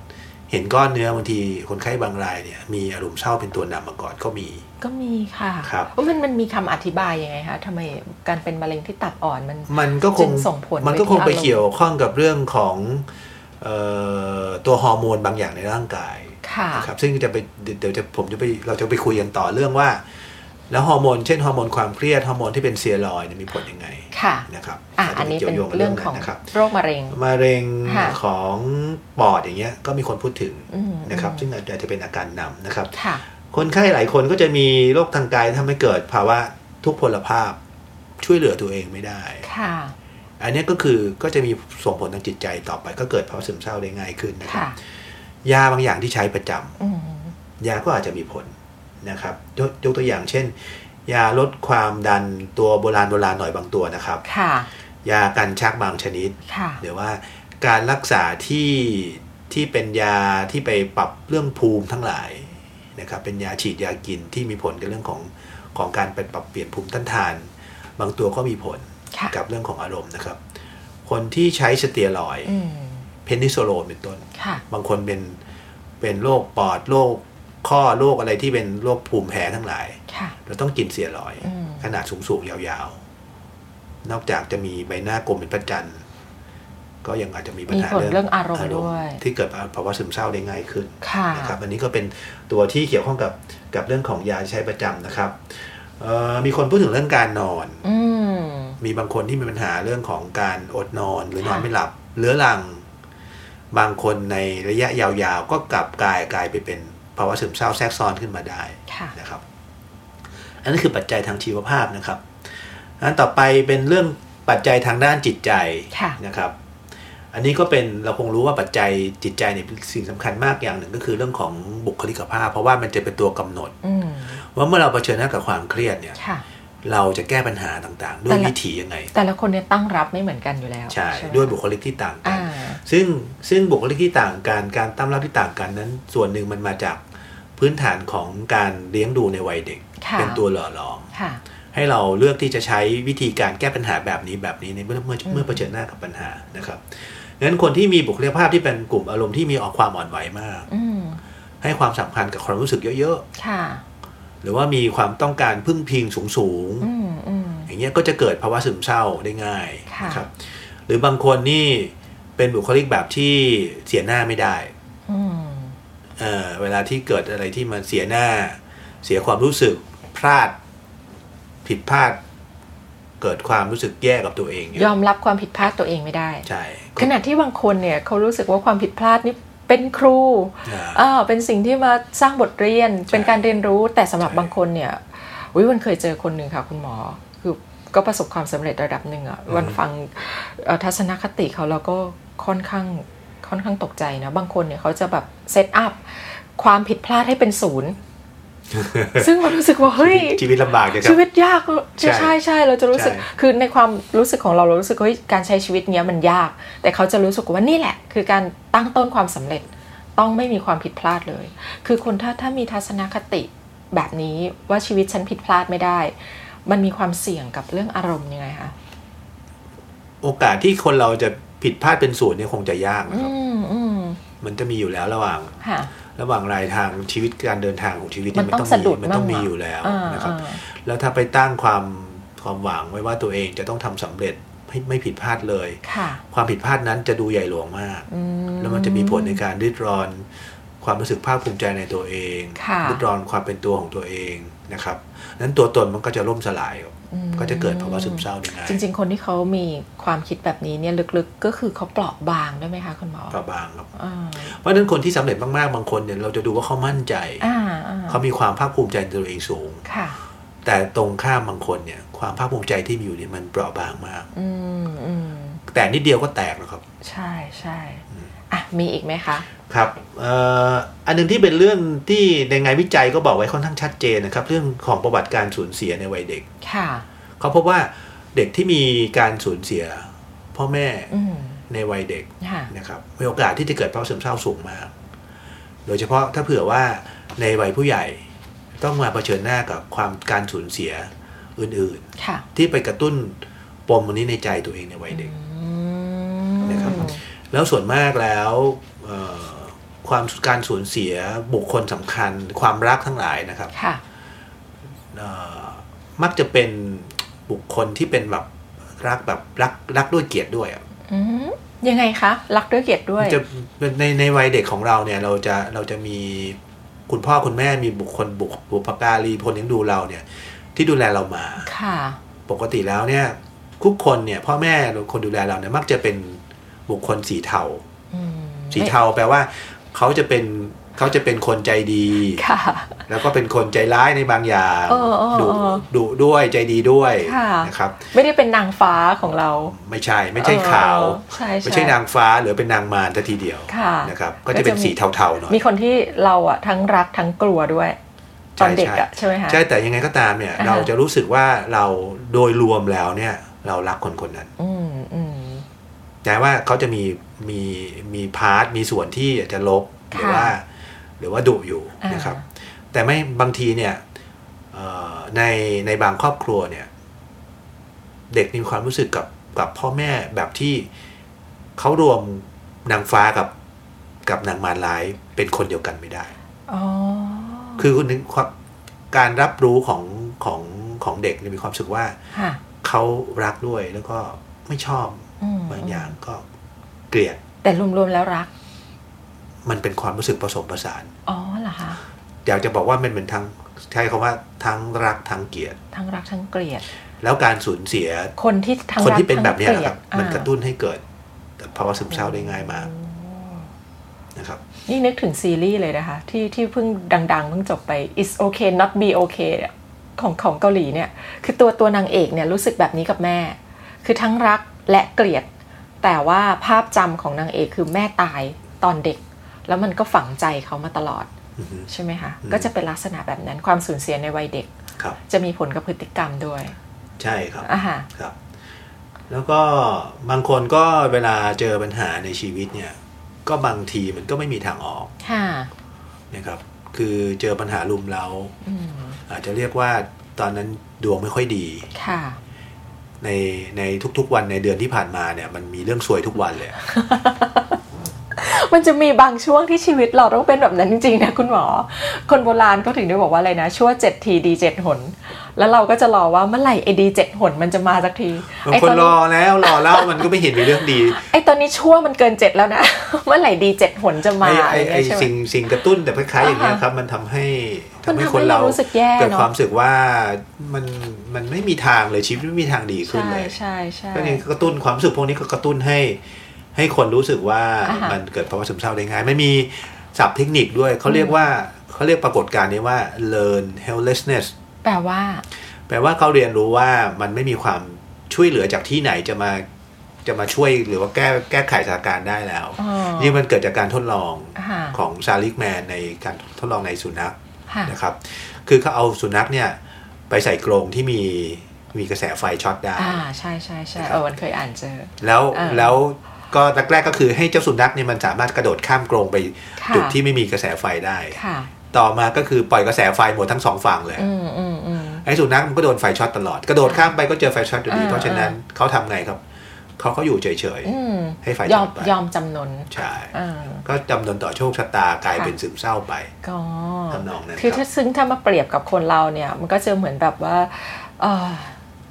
[SPEAKER 2] เห็นก้อนเนื้อบางทีคนไข้บางรายเนี่ยมีอารมณ์เศร้าเป็นตัวนำมาก่อนก็มี
[SPEAKER 1] ก็มีค่ะ
[SPEAKER 2] ครับ
[SPEAKER 1] โอ้มันมันมีคำอธิบายยังไงคะทำไมการเป็นมะเร็งที่ตับอ่อนมัน
[SPEAKER 2] มันก็คง
[SPEAKER 1] จึงส่งผล
[SPEAKER 2] มันก็คง
[SPEAKER 1] ไป
[SPEAKER 2] ไป
[SPEAKER 1] ที่อารมณ์
[SPEAKER 2] เกี่ยวข้องกับเรื่องของ เอ่อตัวฮอร์โมนบางอย่างในร่างกาย
[SPEAKER 1] ค่ะ
[SPEAKER 2] นะครับซึ่งจะไปเดี๋ยวเดี๋ยวจะผมจะไปเราจะไปคุยกันต่อเรื่องว่า แล้วฮอร์โมนเช่นฮอร์โมนความเครียดฮอร์โมนที่เป็นเซียรอยด์เนี่ยมีผลยังไง
[SPEAKER 1] ค่ะ
[SPEAKER 2] นะครับ
[SPEAKER 1] อ่ะ
[SPEAKER 2] าจจะ
[SPEAKER 1] อันนี้
[SPEAKER 2] กี่ยว
[SPEAKER 1] เป็น
[SPEAKER 2] โยกับ
[SPEAKER 1] เรื่องของ
[SPEAKER 2] นะครับ
[SPEAKER 1] โรคมะเร็ง
[SPEAKER 2] มะเร็ง
[SPEAKER 1] ค่ะ
[SPEAKER 2] ของปอดอย่างเงี้ยก็มีคนพูดถึง
[SPEAKER 1] อืม
[SPEAKER 2] นะครับ
[SPEAKER 1] อื
[SPEAKER 2] ซึ่ง
[SPEAKER 1] ม
[SPEAKER 2] อาจจะเป็นอาการนำนะครับ
[SPEAKER 1] ค่ะ
[SPEAKER 2] คนไข้หลายคนก็จะมีโรคทางกายทำให้เกิดภาวะทุกพลภาพช่วยเหลือตัวเองไม่ได้
[SPEAKER 1] ค่ะ
[SPEAKER 2] อันเนี้ยก็คือก็จะมีส่งผลทางจิตใจต่อไป ก็เกิดภาวะซึมเศร้าได้ง่ายขึ้นนะครับ
[SPEAKER 1] ค่ะ
[SPEAKER 2] ยาบางอย่างที่ใช้ประจำ
[SPEAKER 1] อืม
[SPEAKER 2] ยาก็อาจจะมีผลนะครับยกยกตัวอย่างเช่น ยาลดความดันตัวโบราณโบราณหน่อยบางตัวนะครับ
[SPEAKER 1] ค่ะ
[SPEAKER 2] ยากันชักบางชนิด
[SPEAKER 1] ค่ะ
[SPEAKER 2] หรือว่าการรักษาที่ที่เป็นยาที่ไปปรับเรื่องภูมิทั้งหลายนะครับเป็นยาฉีดยากินที่มีผลกับเรื่องของของการไปปรับเปลี่ยนภูมิต้านทาน บางตัวก็มีผล
[SPEAKER 1] ค่ะ
[SPEAKER 2] กับเรื่องของอารมณ์นะครับ คนที่ใช้สเตียรอยด์
[SPEAKER 1] อืม
[SPEAKER 2] เพนิซิลโลนเป็นต้น
[SPEAKER 1] ค่ะ
[SPEAKER 2] บางคนเป็นเป็นโรคปอดโรคข้อโรคอะไรที่เป็นโรคภูมิแพ้ทั้งหลาย
[SPEAKER 1] ค่ะ
[SPEAKER 2] เราต้องกินเสียรอยด์
[SPEAKER 1] อืม
[SPEAKER 2] ขนาดสูงๆ ยาวๆ นอกจากจะมีใบหน้ากลมเป็นพระจันทร์ก็ยังอาจจะมีปัญ
[SPEAKER 1] มี
[SPEAKER 2] หา
[SPEAKER 1] ผลเรื่องอารมณ์ด้วย
[SPEAKER 2] ที่เกิดภาวะซึมเศร้าได้ง่ายขึ้น
[SPEAKER 1] ค่ะ
[SPEAKER 2] นะครับอันนี้ก็เป็นตัวที่เกี่ยวข้องกับกับเรื่องของยาที่ใช้ประจำนะครับเอ่อมีคนพูดถึงเรื่องการนอน
[SPEAKER 1] อืม
[SPEAKER 2] มีบางคนที่มีปัญหาเรื่องของการอดนอนหรือนอน
[SPEAKER 1] ค่ะ
[SPEAKER 2] ไม่หลับเรื้อรัง บางคนในระยะยาวๆ ก็กลับกลายกลายไปเป็นภาวะซึมเศร้าแทรกซ้อนขึ้นมาได้
[SPEAKER 1] ค่ะ
[SPEAKER 2] นะครับ อันนั้นคือปัจจัยทางชีวภาพนะครับอันต่อไปเป็นเรื่องปัจจัยทางด้านจิตใจ
[SPEAKER 1] ค่ะ
[SPEAKER 2] นะครับ อันนี้ก็เป็นเราคงรู้ว่าปัจจัยจิตใจเนี่ยเป็นสิ่งสำคัญมากอย่างหนึ่งก็คือเรื่องของบุคลิกภาพ เพราะว่ามันจะเป็นตัวกำหนด
[SPEAKER 1] อืม
[SPEAKER 2] ว่าเมื่อเราเผชิญหน้ากับความเครียดเนี่ย
[SPEAKER 1] ค่ะ
[SPEAKER 2] เราจะแก้ปัญหาต่างๆ ด้วย
[SPEAKER 1] แต่ละ
[SPEAKER 2] วิธียังไง
[SPEAKER 1] แต่ละคนเนี่ยตั้งรับไม่เหมือนกันอยู่แล้ว
[SPEAKER 2] ใช่
[SPEAKER 1] ไหม
[SPEAKER 2] ด้วยบุคลิกที่ต่างกั
[SPEAKER 1] อ่า
[SPEAKER 2] น ซึ่งซึ่งบุคลิกที่ต่างกันการตั้งรับที่ต่างกันนั้น ส่วนหนึ่งมันมาจากพื้นฐานของการเลี้ยงดูในวัยเด็ก
[SPEAKER 1] ค่ะ
[SPEAKER 2] เป็นตัวหล่อหลอม
[SPEAKER 1] ค่ะ
[SPEAKER 2] ให้เราเลือกที่จะใช้วิธีการแก้ปัญหาแบบนี้แบบนี้ในเมื่อเมื่อ
[SPEAKER 1] อืม
[SPEAKER 2] เมื่อเผชิญหน้ากับปัญหานะครับงั้นคนที่มีบุคลิกภาพที่เป็นกลุ่มอารมณ์ที่มีออกความอ่อนไหวมาก
[SPEAKER 1] อืม
[SPEAKER 2] ให้ความสำคัญกับความรู้สึกเยอะ
[SPEAKER 1] ค่ะ
[SPEAKER 2] ๆ หรือว่ามีความต้องการพึ่งพิงสูงๆ
[SPEAKER 1] อืมอืม
[SPEAKER 2] อย่างเงี้ยก็จะเกิดภาวะซึมเศร้าได้ง่าย
[SPEAKER 1] ค่ะ
[SPEAKER 2] นะครับ หรือบางคนนี่เป็นบุคลิกแบบที่เสียหน้าไม่ได้
[SPEAKER 1] อืม
[SPEAKER 2] เออเวลาที่เกิดอะไรที่มันเสียหน้า เสียความรู้สึกพลาด ผิดพลาด เกิดความรู้สึกแย่กับตัวเองเนี่ย
[SPEAKER 1] ยอมรับความผิดพลาดตัวเองไม่ได้
[SPEAKER 2] ใช่
[SPEAKER 1] ขณะที่บางคนเนี่ยเขารู้สึกว่าความผิดพลาดนี่เป็นครู
[SPEAKER 2] อ่า
[SPEAKER 1] อ่าเป็นสิ่งที่มาสร้างบทเรียนเป็นการเรียนรู้แต่สำหรับ
[SPEAKER 2] ใช่
[SPEAKER 1] บางคนเนี่ยวิวันเคยเจอคนหนึ่งค่ะคุณหมอ คือก็ประสบความสำเร็จระดับหนึ่งอะวันฟังเอ่อทัศนคติเขาแล้วก็ค่อนข้างค่อนข้างตกใจนะ บางคนเนี่ยเขาจะแบบเซตอัพความผิดพลาดให้เป็นศู นย์ ซึ่งเรารู้สึกว่าเฮ้ย
[SPEAKER 2] ชีวิตลำบากเลยครั
[SPEAKER 1] ชี
[SPEAKER 2] บ
[SPEAKER 1] วิตยาก
[SPEAKER 2] ใช่
[SPEAKER 1] ใช่ใช่ใช่เราจะรู้สึก
[SPEAKER 2] ใช่
[SPEAKER 1] คือในความรู้สึกของเราเรารู้สึกว่าเฮ้ยการใช้ชีวิตเนี้ยมันยาก แต่เขาจะรู้สึกว่านี่แหละ คือการตั้งต้นความสำเร็จต้องไม่มีความผิดพลาดเลย คือคนถ้าถ้ามีทัศนคติแบบนี้ว่าชีวิตฉันผิดพลาดไม่ได้ มันมีความเสี่ยงกับเรื่องอารมณ์ยังไงคะ
[SPEAKER 2] โอกาสที่คนเราจะผิดพลาดเป็นศูนย์เนี่ยคงจะยากนะ
[SPEAKER 1] อื
[SPEAKER 2] ครับ
[SPEAKER 1] มอืม
[SPEAKER 2] มันจะมีอยู่แล้วระหว่าง
[SPEAKER 1] ค่ะ
[SPEAKER 2] ระหว่างรายทางชีวิตการเดินทางของชีวิต
[SPEAKER 1] มัน
[SPEAKER 2] เย
[SPEAKER 1] ต้องสะดุด
[SPEAKER 2] มันต้อง
[SPEAKER 1] บ้าง
[SPEAKER 2] มี
[SPEAKER 1] อะ
[SPEAKER 2] อยู่แล้ว
[SPEAKER 1] อ่า
[SPEAKER 2] นะครับ
[SPEAKER 1] อ่า
[SPEAKER 2] แล้วถ้าไปตั้งความความหวังไว้ว่าตัวเองจะต้องทำสำเร็จไม่ไม่ผิดพลาดเลย
[SPEAKER 1] ค่ะ
[SPEAKER 2] ความผิดพลาดนั้นจะดูใหญ่หลวงมาก
[SPEAKER 1] อื
[SPEAKER 2] แล้วมันจะมีผลในการริดรอน ความรู้สึกภาคภูมิใจในตัวเอง
[SPEAKER 1] ค่ะ
[SPEAKER 2] ริดรอนความเป็นตัวของตัวเองนะครับนั้นตัวตนมันก็จะล่มสลาย
[SPEAKER 1] อืม
[SPEAKER 2] ก็จะเกิดภาวะซึมเศร้าได้ง่าย
[SPEAKER 1] จริงๆ คนที่เขามีความคิดแบบนี้เนี่ยลึกๆ ก็คือเขาเปราะบางด้วยไหมคะคุณหมอ
[SPEAKER 2] เปราะบางครับ
[SPEAKER 1] อ่า
[SPEAKER 2] เพราะฉะนั้นคนที่สำเร็จมากๆบางคนเนี่ยเราจะดูว่าเขามั่นใจ
[SPEAKER 1] อ่า
[SPEAKER 2] เขามีความภาคภูมิใจในตัวเองสูง
[SPEAKER 1] ค่ะ
[SPEAKER 2] แต่ตรงข้ามบางคนเนี่ยความภาคภูมิใจที่มีอยู่เนี่ยมันเปราะบางมาก
[SPEAKER 1] อืมอืม
[SPEAKER 2] แต่นิดเดียวก็แตกแล้วครับ
[SPEAKER 1] ใช่ใช่อ่ะ มีอีกไหมคะ
[SPEAKER 2] ครับเอ่ออันหนึงที่เป็นเรื่องที่ในงานวิจัยก็บอกไว้ค่อนข้างชัดเจนนะครับ เรื่องของประวัติการสูญเสียในวัยเด็ก
[SPEAKER 1] ค่ะ
[SPEAKER 2] เขาพบว่าเด็กที่มีการสูญเสีย พ่อแม่
[SPEAKER 1] อืม
[SPEAKER 2] ในวัยเด็ก
[SPEAKER 1] ค่ะ
[SPEAKER 2] นะครับมีโอกาสที่จะเกิดภาวะซึมเศร้าสูงมาก โดยเฉพาะถ้าเผื่อว่าในวัยผู้ใหญ่ต้องมาเผชิญหน้ากับความการสูญเสียอื่น
[SPEAKER 1] ค่ะ
[SPEAKER 2] ๆ ที่ไปกระตุ้นปมอันนี้ในใจตัวเองในวัยเด็ก
[SPEAKER 1] อืม
[SPEAKER 2] นะครับ แล้วส่วนมากแล้วเอ่อความการสูญเสียบุคคลสำคัญ ความรักทั้งหลายนะครับ
[SPEAKER 1] ค่ะ
[SPEAKER 2] เอ่อมักจะเป็นบุคคลที่เป็นแบบรักแบบรักรักด้วยเกียรติด้วยอะ
[SPEAKER 1] อืม ยังไงคะรักด้วยเกียรติด้วย
[SPEAKER 2] จะในในวัยเด็กของเราเนี่ยเราจะเราจะมีคุณพ่อคุณแม่มีบุคคลบุคบุพการีคนเลี้ยงดูเราเนี่ย ที่ดูแลเรามา
[SPEAKER 1] ค่ะ
[SPEAKER 2] ปกติแล้วเนี่ยทุกคนเนี่ยพ่อแม่หรือคนดูแลเราเนี่ยมักจะเป็นบุคคลสีเทา
[SPEAKER 1] อืม
[SPEAKER 2] สีเทาแปลว่าเขาจะเป็นเขาจะเป็นคนใจดี
[SPEAKER 1] ค่ะ
[SPEAKER 2] แล้วก็เป็นคนใจร้ายในบางอย่าง
[SPEAKER 1] เออเออ
[SPEAKER 2] ดุ
[SPEAKER 1] เออ
[SPEAKER 2] ดุด้วยใจดีด้วย
[SPEAKER 1] ค่ะ
[SPEAKER 2] นะครับ
[SPEAKER 1] ไม่ได้เป็นนางฟ้าของเรา
[SPEAKER 2] ไม่ใช่ไม่ใช่ขาว
[SPEAKER 1] เออใช่
[SPEAKER 2] ไม่ใช่นางฟ้าหรือเป็นนางมารแต่ทีเดียว
[SPEAKER 1] ค่ะ
[SPEAKER 2] นะครับ ก็จะเป็น
[SPEAKER 1] ก็จะมี
[SPEAKER 2] สีเทาๆหน่อย
[SPEAKER 1] มีคนที่เราอะทั้งรักทั้งกลัวด้วย ตอนเด็กอะใช่ไหมคะ
[SPEAKER 2] ใช่แต่ยังไงก็ตามเนี่ย
[SPEAKER 1] อ่าฮะ
[SPEAKER 2] เราจะรู้สึกว่าเราโดยรวมแล้วเนี่ย เรารักคนคนนั้น
[SPEAKER 1] อืมอืม
[SPEAKER 2] แต่ว่าเขาจะมีมีมีพาร์ทมีส่วนที่จะลบหรือ
[SPEAKER 1] ค่ะ
[SPEAKER 2] ว่า หรือว่าดุอยู่
[SPEAKER 1] อ่าน
[SPEAKER 2] นะครับ แต่ไม่บางทีเนี่ยเอ่อในในบางครอบครัวเนี่ย เด็กมีความรู้สึกกับกับพ่อแม่แบบที่เขารวมนางฟ้ากับกับนางมารร้ายเป็นคนเดียวกันไม่ได้
[SPEAKER 1] ๋อ
[SPEAKER 2] คือคุณนึกความการรับรู้ของของของเด็กเนี่ยมีความรู้สึกว่า
[SPEAKER 1] ค่ะ
[SPEAKER 2] เขารักด้วยแล้วก็ไม่ชอบ
[SPEAKER 1] อืม
[SPEAKER 2] บางอย่างก็เกลียด
[SPEAKER 1] แต่รวมๆแล้วรัก
[SPEAKER 2] มันเป็นความรู้สึกผสมผสาน
[SPEAKER 1] อ๋อเหรอคะ
[SPEAKER 2] อยากจะบอกว่ามันเป็นทั้งใช้คำว่าทั้งรักทั้งเกลียด
[SPEAKER 1] ทั้งรักทั้งเกลียด
[SPEAKER 2] แล้วการสูญเสีย
[SPEAKER 1] คนที่ทั้ง
[SPEAKER 2] คน
[SPEAKER 1] รัก
[SPEAKER 2] ที่เป็น
[SPEAKER 1] ทั้ง
[SPEAKER 2] แบบเนี้ย
[SPEAKER 1] กลี
[SPEAKER 2] นะครับ
[SPEAKER 1] อ่า
[SPEAKER 2] มันกระตุ้นให้เกิดภาวะซึมเศร้าได้ง่ายมากนะครับ
[SPEAKER 1] นี่นึกถึงซีรีส์เลยนะคะ ที่ที่เพิ่งดัง ๆ เพิ่งจบไป is okay not be okay เนี่ยของของเกาหลีเนี่ย คือตัวตัวนางเอกเนี่ยรู้สึกแบบนี้กับแม่ คือทั้งรักและเกลียด แต่ว่าภาพจำของนางเอกคือแม่ตายตอนเด็ก แล้วมันก็ฝังใจเขามาตลอด
[SPEAKER 2] อือฮึ
[SPEAKER 1] ใช่ไหมคะก็จะเป็นลักษณะแบบนั้นความสูญเสียในวัยเด็ก
[SPEAKER 2] ครับ
[SPEAKER 1] จะมีผลกับพฤติกรรมด้วย
[SPEAKER 2] ใช่ครับ
[SPEAKER 1] อ่าฮะ
[SPEAKER 2] ครับ แล้วก็บางคนก็เวลาเจอปัญหาในชีวิตเนี่ย ก็บางทีมันก็ไม่มีทางออก
[SPEAKER 1] ค่ะ
[SPEAKER 2] นะครับ คือเจอปัญหารุมเรา
[SPEAKER 1] อืม
[SPEAKER 2] อาจจะเรียกว่าตอนนั้นดวงไม่ค่อยดี
[SPEAKER 1] ค่ะ
[SPEAKER 2] ในในทุกๆ วันในเดือนที่ผ่านมาเนี่ยมันมีเรื่องซวยทุกวันเลย
[SPEAKER 1] มันจะมีบางช่วงที่ชีวิตเราต้องเป็นแบบนั้นจริงๆนะคุณหมอ คนโบราณเขาถึงได้บอกว่าอะไรนะชั่วเจ็ดทีดีเจ็ดหน แล้วเราก็จะรอว่าเมื่อไหร่ไอ้ดีเจ็ดหนมันจะมาสักที
[SPEAKER 2] บาง
[SPEAKER 1] ไอ้
[SPEAKER 2] คน
[SPEAKER 1] ตอน
[SPEAKER 2] ร
[SPEAKER 1] นี้
[SPEAKER 2] อแล้วรอแล้วมันก็ไม่เห็นมีเรื่องดี
[SPEAKER 1] ไอ้ตอนนี้ชั่วมันเกินเจ็ดแล้วนะ เมื่อไหร่ดีเจ็ดหนจะมา
[SPEAKER 2] ไอ้
[SPEAKER 1] อะ
[SPEAKER 2] ไอ้
[SPEAKER 1] ไรอย่าง
[SPEAKER 2] ไอ้
[SPEAKER 1] เงี้ยใช่ไหม
[SPEAKER 2] สิ่งสิ่งกระตุ้นแต่คล้ายๆอย่างเงี้ย
[SPEAKER 1] อ่าฮะ
[SPEAKER 2] ครับ มันทำให้ทำ
[SPEAKER 1] มันทำ
[SPEAKER 2] ให้
[SPEAKER 1] ให้
[SPEAKER 2] คนเรา
[SPEAKER 1] เรารู้สึกแย่
[SPEAKER 2] เกิด
[SPEAKER 1] เนอะ
[SPEAKER 2] ความรู้สึกว่ามันมันไม่มีทางเลยชีวิตไม่มีทางดีขึ้น
[SPEAKER 1] ใช่
[SPEAKER 2] เลย
[SPEAKER 1] ใช่ใช่
[SPEAKER 2] ก็นี่กระตุ้นความรู้สึกพวกนี้ก็กระตุ้นให้ ให้คนรู้สึกว่า
[SPEAKER 1] อ่าฮะ
[SPEAKER 2] มันเกิดภาวะซึมเศร้าได้ง่ายไม่มีศัพท์เทคนิคด้วยเขาเรียกว่าเขาเรียกปรากฏการณ์นี้ว่า learn helplessness
[SPEAKER 1] แปลว่า
[SPEAKER 2] แปลว่าเขาเรียนรู้ว่ามันไม่มีความช่วยเหลือจากที่ไหนจะมาจะมาช่วยหรือว่าแก้แก้ไขสถานการณ์ได้แล้ว
[SPEAKER 1] อ๋อ
[SPEAKER 2] นี่มันเกิดจากการทดลอง
[SPEAKER 1] อ่าฮะ
[SPEAKER 2] ของชาลิกแมนในการทดลองในสุนัข
[SPEAKER 1] ค่ะ
[SPEAKER 2] นะครับ คือเขาเอาสุนัขเนี่ยไปใส่กรงที่มีมีกระแสไฟช็อตได้
[SPEAKER 1] อ่าใช่ใช่ใช่
[SPEAKER 2] นะครับ
[SPEAKER 1] เออวันเคยอ่านเจอ
[SPEAKER 2] แล้ว
[SPEAKER 1] อ่า
[SPEAKER 2] แล้วก็แรกๆก็คือให้เจ้าสุนัขเนี่ยมันสามารถกระโดดข้ามกรงไป
[SPEAKER 1] ค่ะ
[SPEAKER 2] จุดที่ไม่มีกระแสไฟได้
[SPEAKER 1] ค่ะ
[SPEAKER 2] ต่อมาก็คือปล่อยกระแสไฟหมดทั้งสองฝั่งเลย
[SPEAKER 1] อืมอืมอืม
[SPEAKER 2] ไอ้สุนัขมันก็โดนไฟช็อตตลอด กระโดดข้ามไปก็เจอไฟช็อตอยู่ดี
[SPEAKER 1] อ่า
[SPEAKER 2] เพราะฉะนั้นเขาทำไงครับ เขาก็อยู่เฉย
[SPEAKER 1] อืม
[SPEAKER 2] ให้ไฟ
[SPEAKER 1] ยอม
[SPEAKER 2] จับไป
[SPEAKER 1] ยอมจำนน
[SPEAKER 2] ๆ ใช่
[SPEAKER 1] อ่า
[SPEAKER 2] ก็จำนนต่อโชคชะตากลายเป็นซึมเศร้าไป
[SPEAKER 1] ก็
[SPEAKER 2] ทำนองนั้น
[SPEAKER 1] คือ
[SPEAKER 2] ครับ
[SPEAKER 1] ถ้าซึ่งถ้ามาเปรียบกับคนเราเนี่ย มันก็จะเหมือนแบบว่าเออ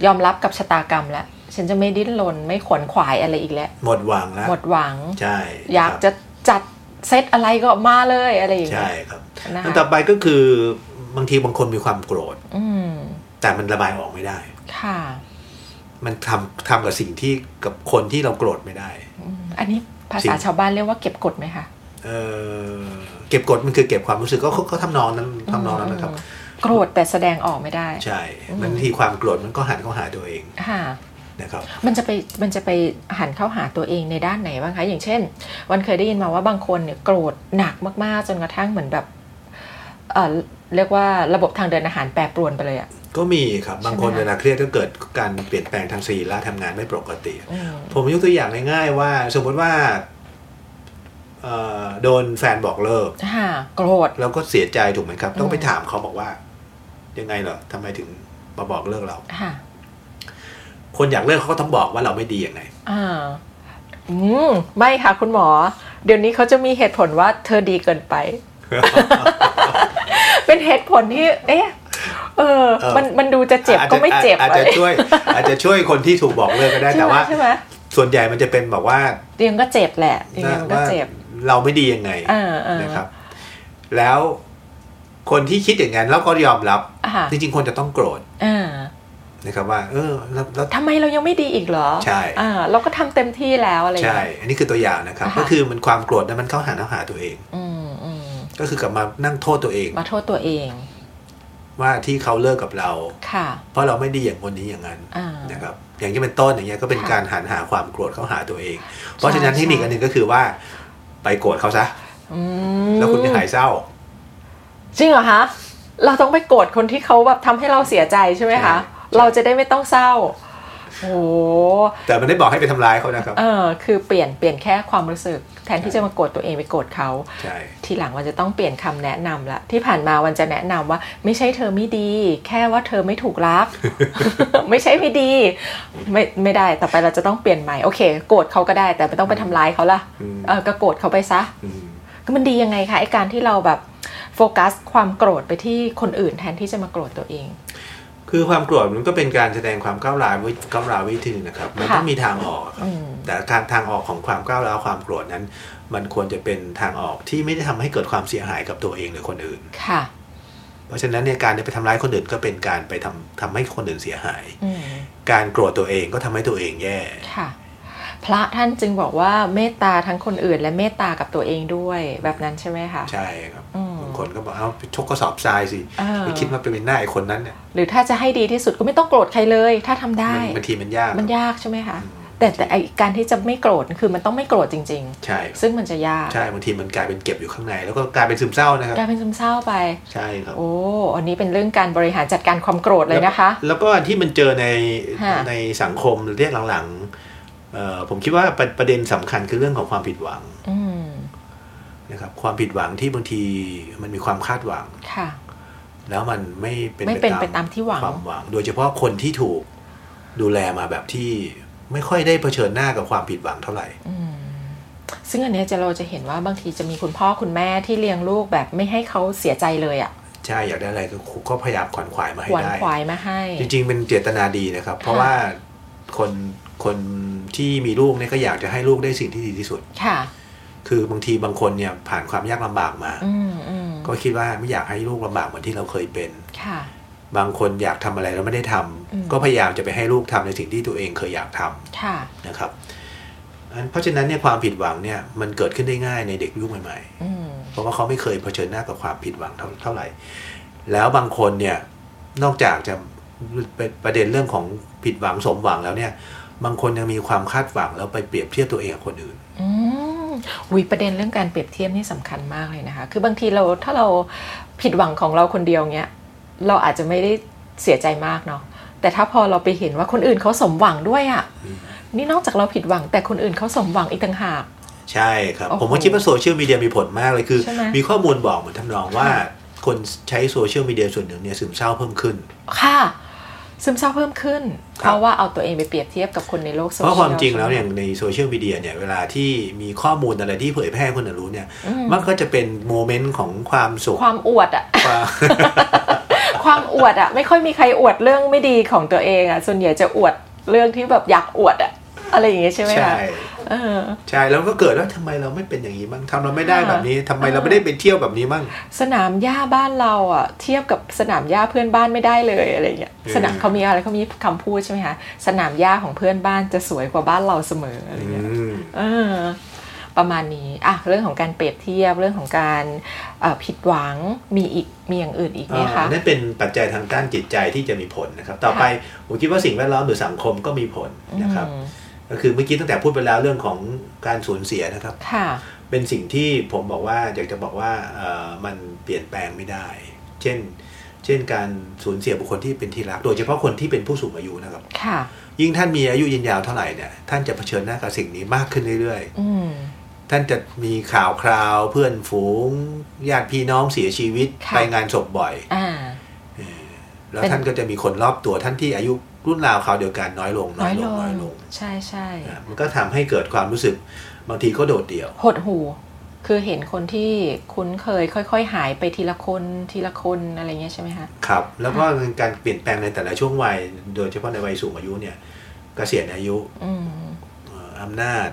[SPEAKER 1] ยอมรับกับชะตากรรมแล้ว ฉันจะไม่ดิ้นรนไม่ขวนขวายอะไรอีกแล้ว
[SPEAKER 2] หมดหวังแล้ว
[SPEAKER 1] หมดหวัง
[SPEAKER 2] ใช่
[SPEAKER 1] อยาก
[SPEAKER 2] ครับ
[SPEAKER 1] จะจัดเซตอะไรก็มาเลยอะไรอย่าง
[SPEAKER 2] ใช่
[SPEAKER 1] เงี้ย
[SPEAKER 2] ครับ
[SPEAKER 1] นะ
[SPEAKER 2] อัน
[SPEAKER 1] คะ
[SPEAKER 2] ต่อไปก็คือบางทีบางคนมีความโกรธ
[SPEAKER 1] อืม
[SPEAKER 2] แต่มันระบายออกไม่ได้
[SPEAKER 1] ค่ะ
[SPEAKER 2] มันทำทำกับสิ่งที่กับคนที่เราโกรธไม่ได้
[SPEAKER 1] อืมอันนี้ภา
[SPEAKER 2] สิ่
[SPEAKER 1] ษาง ชาวบ้านเรียกว่าเก็บกดไหมคะ
[SPEAKER 2] เออเก็บกดมันคือเก็บความรู้สึกก็เขาเขาทำนองนั้นทำนองนั้นนะครับ
[SPEAKER 1] อื โกรธแต่แสดงออกไม่ได้
[SPEAKER 2] ใช่
[SPEAKER 1] อืม
[SPEAKER 2] บางทีความโกรธมันก็หันเข้าหาตัวเอง
[SPEAKER 1] ค่ะ
[SPEAKER 2] นะครับ
[SPEAKER 1] มันจะไปมันจะไปหันเข้าหาตัวเองในด้านไหนบ้างคะ อย่างเช่น วันเคยได้ยินมาว่าบางคนเนี่ยโกรธหนักมากๆ จนกระทั่งเหมือนแบบเออเรียกว่าระบบทางเดินอาหารแปรปรวนไปเลยอะ
[SPEAKER 2] ก็มีครับ บางคน
[SPEAKER 1] ใช่
[SPEAKER 2] เว
[SPEAKER 1] ไหมคะ
[SPEAKER 2] ลาเครียดก็เกิดการเปลี่ยนแปลงทางสรีระทำงานไม่ปกติ
[SPEAKER 1] อืม
[SPEAKER 2] ผมยกตัวอย่างง่ายๆว่า สมมติว่าเอ่อโดนแฟนบอกเลิก
[SPEAKER 1] ค่ะโกรธ
[SPEAKER 2] เราก็เสียใจถูกไหมครับ ต้องไป
[SPEAKER 1] อืม
[SPEAKER 2] ถามเขาบอกว่า ยังไงเหรอทำไมถึงมาบอกเลิกเรา
[SPEAKER 1] ค่ะ
[SPEAKER 2] คนอยากเลิกเขาก็ต้องบอกว่าเราไม่ดียังไง
[SPEAKER 1] อ่าอืมไม่ค่ะคุณหมอ เดี๋ยวนี้เขาจะมีเหตุผลว่าเธอดีเกินไป เป็นเหตุผลที่ เอ๊ะเออ
[SPEAKER 2] เออ
[SPEAKER 1] มันมันดูจะเจ็บ
[SPEAKER 2] อาจ
[SPEAKER 1] ก็ไม่เจ็บ
[SPEAKER 2] อาจ
[SPEAKER 1] อะไร
[SPEAKER 2] จะช่วย อาจจะช่วยคนที่ถูกบอกเลิกก็ได้
[SPEAKER 1] ใช่
[SPEAKER 2] แต่
[SPEAKER 1] ไหม
[SPEAKER 2] ว่า
[SPEAKER 1] ใช่ไหม
[SPEAKER 2] ส่วนใหญ่มันจะเป็นแบบว่า
[SPEAKER 1] ยังก็เจ็บแหละยังไงมันก็
[SPEAKER 2] ว่า
[SPEAKER 1] เจ็บ
[SPEAKER 2] เราไม่ดียังไง
[SPEAKER 1] เออเออ
[SPEAKER 2] นะครับ แล้วคนที่คิดอย่างนั้นแล้วก็ยอมรับ
[SPEAKER 1] อ่ะค่ะ
[SPEAKER 2] จริงๆคนจะต้องโกรธ
[SPEAKER 1] เออ
[SPEAKER 2] นะครับว่า เออแล้วแล้ว
[SPEAKER 1] ทำไมเรายังไม่ดีอีกเหรอ
[SPEAKER 2] ใช่
[SPEAKER 1] อ่าเราก็ทำเต็มที่แล้วอะไรอย่าง
[SPEAKER 2] ใช่
[SPEAKER 1] เงี้ย
[SPEAKER 2] อันนี้คือตัวอย่างนะครับ
[SPEAKER 1] อ่าฮะ
[SPEAKER 2] ก็คือมันความโกรธนั้นมันเข้าหาเข้าหาตัวเอง
[SPEAKER 1] อืมอืม
[SPEAKER 2] ก็คือกลับมานั่งโทษตัวเอง
[SPEAKER 1] มาโทษตัวเอง
[SPEAKER 2] ว่าที่เขาเลิกกับเรา
[SPEAKER 1] ค่ะ
[SPEAKER 2] เพราะเราไม่ดีอย่างคนนี้อย่างนั้น
[SPEAKER 1] อ่า
[SPEAKER 2] นะครับอย่างที่เป็นต้นอย่างเงี้ยก็เป็น
[SPEAKER 1] ค่ะ
[SPEAKER 2] การหันหาความโกรธเข้าหาตัวเอง เพราะฉะนั้น
[SPEAKER 1] ใช่
[SPEAKER 2] เทคนิคอันหนึ่งก็คือว่า ไปโกรธเขาซะ
[SPEAKER 1] อืม
[SPEAKER 2] แล้วคุณจะหายเศร้า
[SPEAKER 1] จริงเหรอคะเราต้องไปโกรธคนที่เขาแบบทำให้เราเสียใจใช่ไหม
[SPEAKER 2] ใช่
[SPEAKER 1] คะเราจะได้ไม่ต้องเศร้าโอ้
[SPEAKER 2] แต่มันได้บอกให้ไปทำร้ายเขานะครับ
[SPEAKER 1] เออคือเปลี่ยนเปลี่ยนแค่ความรู้สึก แทนที่
[SPEAKER 2] ใช่
[SPEAKER 1] จะมาโกรธตัวเองไปโกรธเขา
[SPEAKER 2] ใช่
[SPEAKER 1] ทีหลังวันจะต้องเปลี่ยนคำแนะนำละที่ผ่านมาวันจะแนะนำว่า ไม่ใช่เธอไม่ดี แค่ว่าเธอไม่ถูกรัก ไม่ใช่ไม่ดีไม่ไม่ได้ต่อไปเราจะต้องเปลี่ยนใหม่โอเคโกรธเขาก็ได้แต่ไม่ต้องไปทำร้ายเขาละ
[SPEAKER 2] อืม
[SPEAKER 1] เออก็โกรธเขาไปซะ
[SPEAKER 2] ม
[SPEAKER 1] ก็มันดียังไงคะไอการที่เราแบบโฟกัสความโกรธไปที่คนอื่นแทนที่จะมาโกรธตัวเอง
[SPEAKER 2] คือความโกรธมันก็เป็นการแสดงความก้าวร้าวไว้ก้าวร้าวไวิธีนะครับ มันต้อง
[SPEAKER 1] ค่ะ
[SPEAKER 2] มีทางออกอะครับ
[SPEAKER 1] อืม
[SPEAKER 2] แต่การทางออกของความก้าวร้าวความโกรธนั้น มันควรจะเป็นทางออกที่ไม่ได้ทำให้เกิดความเสียหายกับตัวเองหรือคนอื่น
[SPEAKER 1] ค่ะ
[SPEAKER 2] เพราะฉะนั้นเนี่ยการไปทำร้ายคนอื่นก็เป็นการไปทำทำให้คนอื่นเสียหาย
[SPEAKER 1] อืม
[SPEAKER 2] การโกรธตัวเองก็ทำให้ตัวเองแย่
[SPEAKER 1] ค่ะ พระท่านจึงบอกว่าเมตตาทั้งคนอื่น และเมตตากับตัวเองด้วยแบบนั้นใช่ไหมคะ
[SPEAKER 2] ใช่ครับ
[SPEAKER 1] อืม
[SPEAKER 2] บางคนก็บอกเอาไปชกกระสอบทรายสิ
[SPEAKER 1] เออ
[SPEAKER 2] ไปคิดว่าไปเป็นหน้าไอ้คนนั้นเนี่ย
[SPEAKER 1] หรือถ้าจะให้ดีที่สุดก็ไม่ต้องโกรธใครเลย ถ้าทำได้
[SPEAKER 2] มันบางทีมันยาก
[SPEAKER 1] มันยากใช่ไหมคะ
[SPEAKER 2] อืม
[SPEAKER 1] แต่แต่ไอการที่จะไม่โกรธคือมันต้องไม่โกรธจริง
[SPEAKER 2] ใช่
[SPEAKER 1] ๆ ซึ่งมันจะยาก
[SPEAKER 2] ใช่บางทีมันกลายเป็นเก็บอยู่ข้างใน แล้วก็กลายเป็นซึมเศร้านะครับ
[SPEAKER 1] กลายเป็นซึมเศร้าไป
[SPEAKER 2] ใช่ครับ
[SPEAKER 1] โอ้อันนี้เป็นเรื่องการบริหารจัดการความโกรธเลยนะคะ
[SPEAKER 2] แล้วก็อันที่มันเจอใน
[SPEAKER 1] ฮะ
[SPEAKER 2] ในสังคมเรียกหลังๆเอ่อผมคิดว่าประประเด็นสำคัญคือเรื่องของความผิดหวัง
[SPEAKER 1] อืม
[SPEAKER 2] นะครับความผิดหวังที่บางทีมันมีความคาดหวัง
[SPEAKER 1] ค่ะ
[SPEAKER 2] แล้วมันไม่เป็น
[SPEAKER 1] ไม่เป็นไปตามที่หวัง
[SPEAKER 2] ความหวัง โดยเฉพาะคนที่ถูกดูแลมาแบบที่ไม่ค่อยได้เผชิญหน้ากับความผิดหวังเท่าไหร่
[SPEAKER 1] ซึ่งอันเนี้ยจะเราจะเห็นว่าบางทีจะมีคุณพ่อคุณแม่ที่เลี้ยงลูกแบบไม่ให้เขาเสียใจเลยอะ่ะ
[SPEAKER 2] ใช่อยากได้อะไรก็ก็พยายามขวนขวายมาให้
[SPEAKER 1] หวัน
[SPEAKER 2] ได้
[SPEAKER 1] ขวายมาให้
[SPEAKER 2] จริงๆเป็นเจตนาดีนะครับ เพราะ
[SPEAKER 1] ค่ะ
[SPEAKER 2] ว่าคนคนที่มีลูกเนี่ยก็อยากจะให้ลูกได้สิ่งที่ดีที่สุด
[SPEAKER 1] ค่ะ
[SPEAKER 2] คือบางทีบางคนเนี่ยผ่านความยากลำบากมา
[SPEAKER 1] อืมอืม
[SPEAKER 2] ก็คิดว่าไม่อยากให้ลูกลำบากเหมือนที่เราเคยเป็น
[SPEAKER 1] ค่ะ
[SPEAKER 2] บางคนอยากทำอะไรแล้วไม่ได้ทำ
[SPEAKER 1] อืม
[SPEAKER 2] ก็พยายามจะไปให้ลูกทำในสิ่งที่ตัวเองเคยอยากทำ
[SPEAKER 1] ค่ะ
[SPEAKER 2] นะครับอันเพราะฉะนั้นเนี่ยความผิดหวังเนี่ยมันเกิดขึ้นได้ง่ายในเด็กยุคใหม่
[SPEAKER 1] อืม
[SPEAKER 2] ๆ เพราะว่าเขาไม่เคยเผชิญหน้ากับความผิดหวังเท่าเท่าไหร่ แล้วบางคนเนี่ยนอกจากจะเป็นประเด็นเรื่องของผิดหวังสมหวังแล้วเนี่ย บางคนยังมีความคาดหวังแล้วไปเปรียบเทียบตัวเองกับคนอื่น
[SPEAKER 1] อืมอุยประเด็นเรื่องการเปรียบเทียบนี่สำคัญมากเลยนะคะ คือบางทีเราถ้าเราผิดหวังของเราคนเดียวเนี้ย เราอาจจะไม่ได้เสียใจมากเนาะ แต่ถ้าพอเราไปเห็นว่าคนอื่นเขาสมหวังด้วยอะ่ะ
[SPEAKER 2] อืม
[SPEAKER 1] นี่นอกจากเราผิดหวังแต่คนอื่นเขาสมหวังอีกต่างหาก
[SPEAKER 2] ใช่ครับ
[SPEAKER 1] โอ้โห
[SPEAKER 2] ผมว่าคิดว่าโซเชียลมีเดียมีผลมากเลยคือ
[SPEAKER 1] ใช่ไหม
[SPEAKER 2] มีข้อมูลบอกเหมือนทำนองว่า คนใช้โซเชียลมีเดียส่วนหนึ่งเนี่ยซึมเศร้าเพิ่มขึ้น
[SPEAKER 1] ค่ะ ซึมเศร้าเพิ่มขึ้น
[SPEAKER 2] ครับ
[SPEAKER 1] เพราะว่าเอาตัวเองไปเปรียบเทียบกับคนในโลกโซเชียล
[SPEAKER 2] เพราะความจริงแล้วอย่างในโซเชียลมีเดียเนี่ยเวลาที่มีข้อมูลอะไรที่เผยแพร่ให้คนอื่นรู้เนี่ย
[SPEAKER 1] อืม
[SPEAKER 2] มันก็จะเป็นโมเมนต์ของความสุข
[SPEAKER 1] ความอวด อ่ะ
[SPEAKER 2] ความ
[SPEAKER 1] ความอวดอะไม่ค่อยมีใครอวดเรื่องไม่ดีของตัวเองอะส่วนใหญ่จะอวดเรื่องที่แบบอยากอวดอะอะไรอย่างเงี้ยใช่ไหม
[SPEAKER 2] ใช่
[SPEAKER 1] คะเออ
[SPEAKER 2] ใช่แล้วก็เกิดว่าทำไมเราไม่เป็นอย่างนี้บ้างทำเราไม่ได้
[SPEAKER 1] ค่ะ
[SPEAKER 2] แบบ นี้ทำไมเราไม่ได้ไปเที่ยวแบบนี้บ้าง
[SPEAKER 1] สนามหญ้าบ้านเราอะเทียบกับสนามหญ้าเพื่อนบ้านไม่ได้เลยอะไรอย่างเงี้ย
[SPEAKER 2] อืม
[SPEAKER 1] สนามเขามีอะไรเขามีคำพูดใช่ไหมคะสนามหญ้าของเพื่อนบ้านจะสวยกว่าบ้านเราเสมออะไรอย่างเงี้ย
[SPEAKER 2] อืม
[SPEAKER 1] เออประมาณนี้อ่ะเรื่องของการเปรียบเทียบเรื่องของการเอ่อผิดหวังมีอีกมีอย่างอื่นอีกไหม
[SPEAKER 2] อ่า
[SPEAKER 1] คะ
[SPEAKER 2] นั่นเป็นปัจจัยทางด้านจิตใจที่จะมีผลนะครับ ต่อไปผมคิดว่าสิ่งแวดล้อมหรือสังคมก็มีผลนะครับ
[SPEAKER 1] อืม
[SPEAKER 2] ก็คือเมื่อกี้ตั้งแต่พูดไปแล้วเรื่องของการสูญเสียนะครับ
[SPEAKER 1] ค่ะ
[SPEAKER 2] เป็นสิ่งที่ผมบอกว่าอยากจะบอกว่าเอ่อมันเปลี่ยนแปลงไม่ได้ เช่น เช่นการสูญเสียบุคคลที่เป็นที่รัก โดยเฉพาะคนที่เป็นผู้สูงอายุนะครับ
[SPEAKER 1] ค่ะ
[SPEAKER 2] ยิ่งท่านมีอายุยืนยาวเท่าไหร่เนี่ยท่านจะเผชิญหน้ากับสิ่งนี้มากขึ้นเรื่อย
[SPEAKER 1] อืม
[SPEAKER 2] ๆ ท่านจะมีข่าวคราว เพื่อนฝูงญาติพี่น้องเสียชีวิตไปงานศพบ่อย
[SPEAKER 1] อ่า
[SPEAKER 2] แล้ว
[SPEAKER 1] เป็น
[SPEAKER 2] ท่านก็จะมีคนรอบตัวท่านที่อายุรุ่นราวคราวเดียวกันน้อยลง
[SPEAKER 1] น้
[SPEAKER 2] น้
[SPEAKER 1] อ
[SPEAKER 2] อย ย
[SPEAKER 1] ล
[SPEAKER 2] ล
[SPEAKER 1] ง
[SPEAKER 2] งน้อยลง
[SPEAKER 1] ใช่ใช่
[SPEAKER 2] อ่ะมันก็ทำให้เกิดความรู้สึกบางทีก็โดดเดี่ยว
[SPEAKER 1] หดหูคือเห็นคนที่คุ้นเคยค่อยๆ หายไปทีละคนทีละคนอะไรเงี้ยใช่ไหมคะ
[SPEAKER 2] ครับ แล้วก็การเปลี่ยนแปลงในแต่ละช่วงวัย โดยเฉพาะในวัยสูงอายุเนี่ยเกษียณอายุ
[SPEAKER 1] อืม
[SPEAKER 2] เอ่อ อำนาจ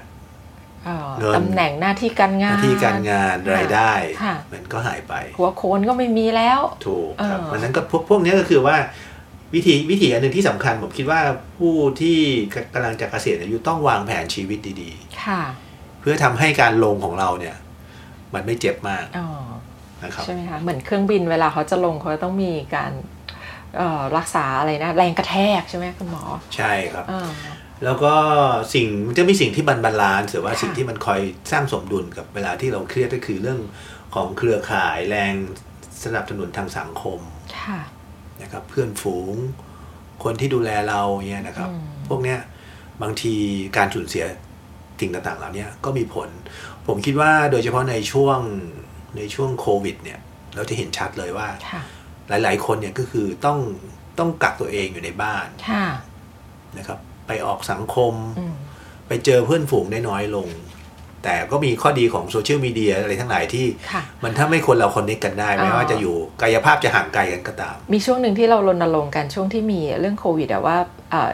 [SPEAKER 1] เอ่อ
[SPEAKER 2] เงิน
[SPEAKER 1] ตำแหน่งหน้าที่การ
[SPEAKER 2] ห
[SPEAKER 1] งาน
[SPEAKER 2] น้าที่การงานรายได้
[SPEAKER 1] ค่ะ
[SPEAKER 2] มันก็หายไป
[SPEAKER 1] หัวโขนก็ไม่มีแล้ว
[SPEAKER 2] ถูกครับ
[SPEAKER 1] เออ
[SPEAKER 2] มันนั้นก็พวกพวกเนี้ยก็คือว่าวิธีวิธีอันหนึ่งที่สำคัญผมคิดว่าผู้ที่กำลังจะเกษียณอายุต้องวางแผนชีวิตดี
[SPEAKER 1] ค่ะ
[SPEAKER 2] ๆ เพื่อทำให้การลงของเราเนี่ย มันไม่เจ็บมาก
[SPEAKER 1] อ๋อ
[SPEAKER 2] นะครับ
[SPEAKER 1] ใช่ไหมคะเหมือนเครื่องบินเวลาเขาจะลงเขาต้องมีการเอ่อรักษาอะไรนะ แรงกระแทกใช่ไหมคุณหมอ
[SPEAKER 2] ใช่ครับ
[SPEAKER 1] เออ
[SPEAKER 2] แล้วก็สิ่งมันจะมีสิ่งที่มันบาลานซ์หรือว่า
[SPEAKER 1] ค่ะ
[SPEAKER 2] สิ่งที่มันคอยสร้างสมดุลกับเวลาที่เราเครียดก็คือเรื่องของเครือข่ายแรงสนับสนุนทางสังคม
[SPEAKER 1] ค่ะ
[SPEAKER 2] นะครับเพื่อนฝูงคนที่ดูแลเราเนี่ยนะครับ
[SPEAKER 1] อืม
[SPEAKER 2] พวกเนี้ยบางทีการสูญเสียสิ่งต่างๆเหล่าเนี้ยก็มีผล ผมคิดว่าโดยเฉพาะในช่วงในช่วงโควิดเนี่ยเราจะเห็นชัดเลยว่า
[SPEAKER 1] ค่ะ
[SPEAKER 2] หลายๆ คนเนี่ยก็คือต้องต้องกักตัวเองอยู่ในบ้าน
[SPEAKER 1] ค่ะ
[SPEAKER 2] นะครับ ไปออกสังคม
[SPEAKER 1] อืม
[SPEAKER 2] ไปเจอเพื่อนฝูงได้น้อยลง แต่ก็มีข้อดีของโซเชียลมีเดียอะไรทั้งหลายที่
[SPEAKER 1] ค่ะ
[SPEAKER 2] มันถ้าไม่คนเราคอนเนคกันได้ไม่
[SPEAKER 1] อ๋อ
[SPEAKER 2] ว่าจะอยู่กายภาพจะห่างไกลกันก็ตาม
[SPEAKER 1] มีช่วงหนึ่งที่เรารณรงค์กันช่วงที่มีเรื่องโควิดอะว่าเอ่อ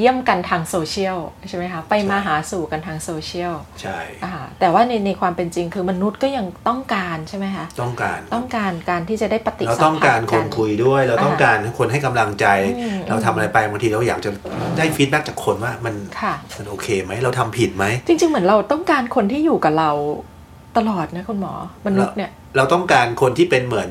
[SPEAKER 1] เยี่ยมกันทางโซเชียลใช่ไหมคะไปมาหาสู่กันทางโซเชียล
[SPEAKER 2] ใช่
[SPEAKER 1] อ่าแต่ว่าในในความเป็นจริงคือมนุษย์ก็ยังต้องการใช่ไหมคะ
[SPEAKER 2] ต้องการ
[SPEAKER 1] ต้องการการที่จะได้ปฏิสัม
[SPEAKER 2] เรา
[SPEAKER 1] พันธ์
[SPEAKER 2] ต้องการคน
[SPEAKER 1] กั
[SPEAKER 2] คุยด้วย เราต้องการคนให้กำลังใจ
[SPEAKER 1] อืม
[SPEAKER 2] เราทำอะไรไปบางทีเราอยากจะได้ฟีดแบ็กจากคนว่ามัน
[SPEAKER 1] ค่ะ
[SPEAKER 2] มันโอเคไหมเราทำผิดไหม
[SPEAKER 1] จริง ๆ เหมือนเราต้องการคนที่อยู่กับเราตลอดนะคุณหมอมนุษย์เนี่ย
[SPEAKER 2] เราต้องการคนที่เป็นเหมือน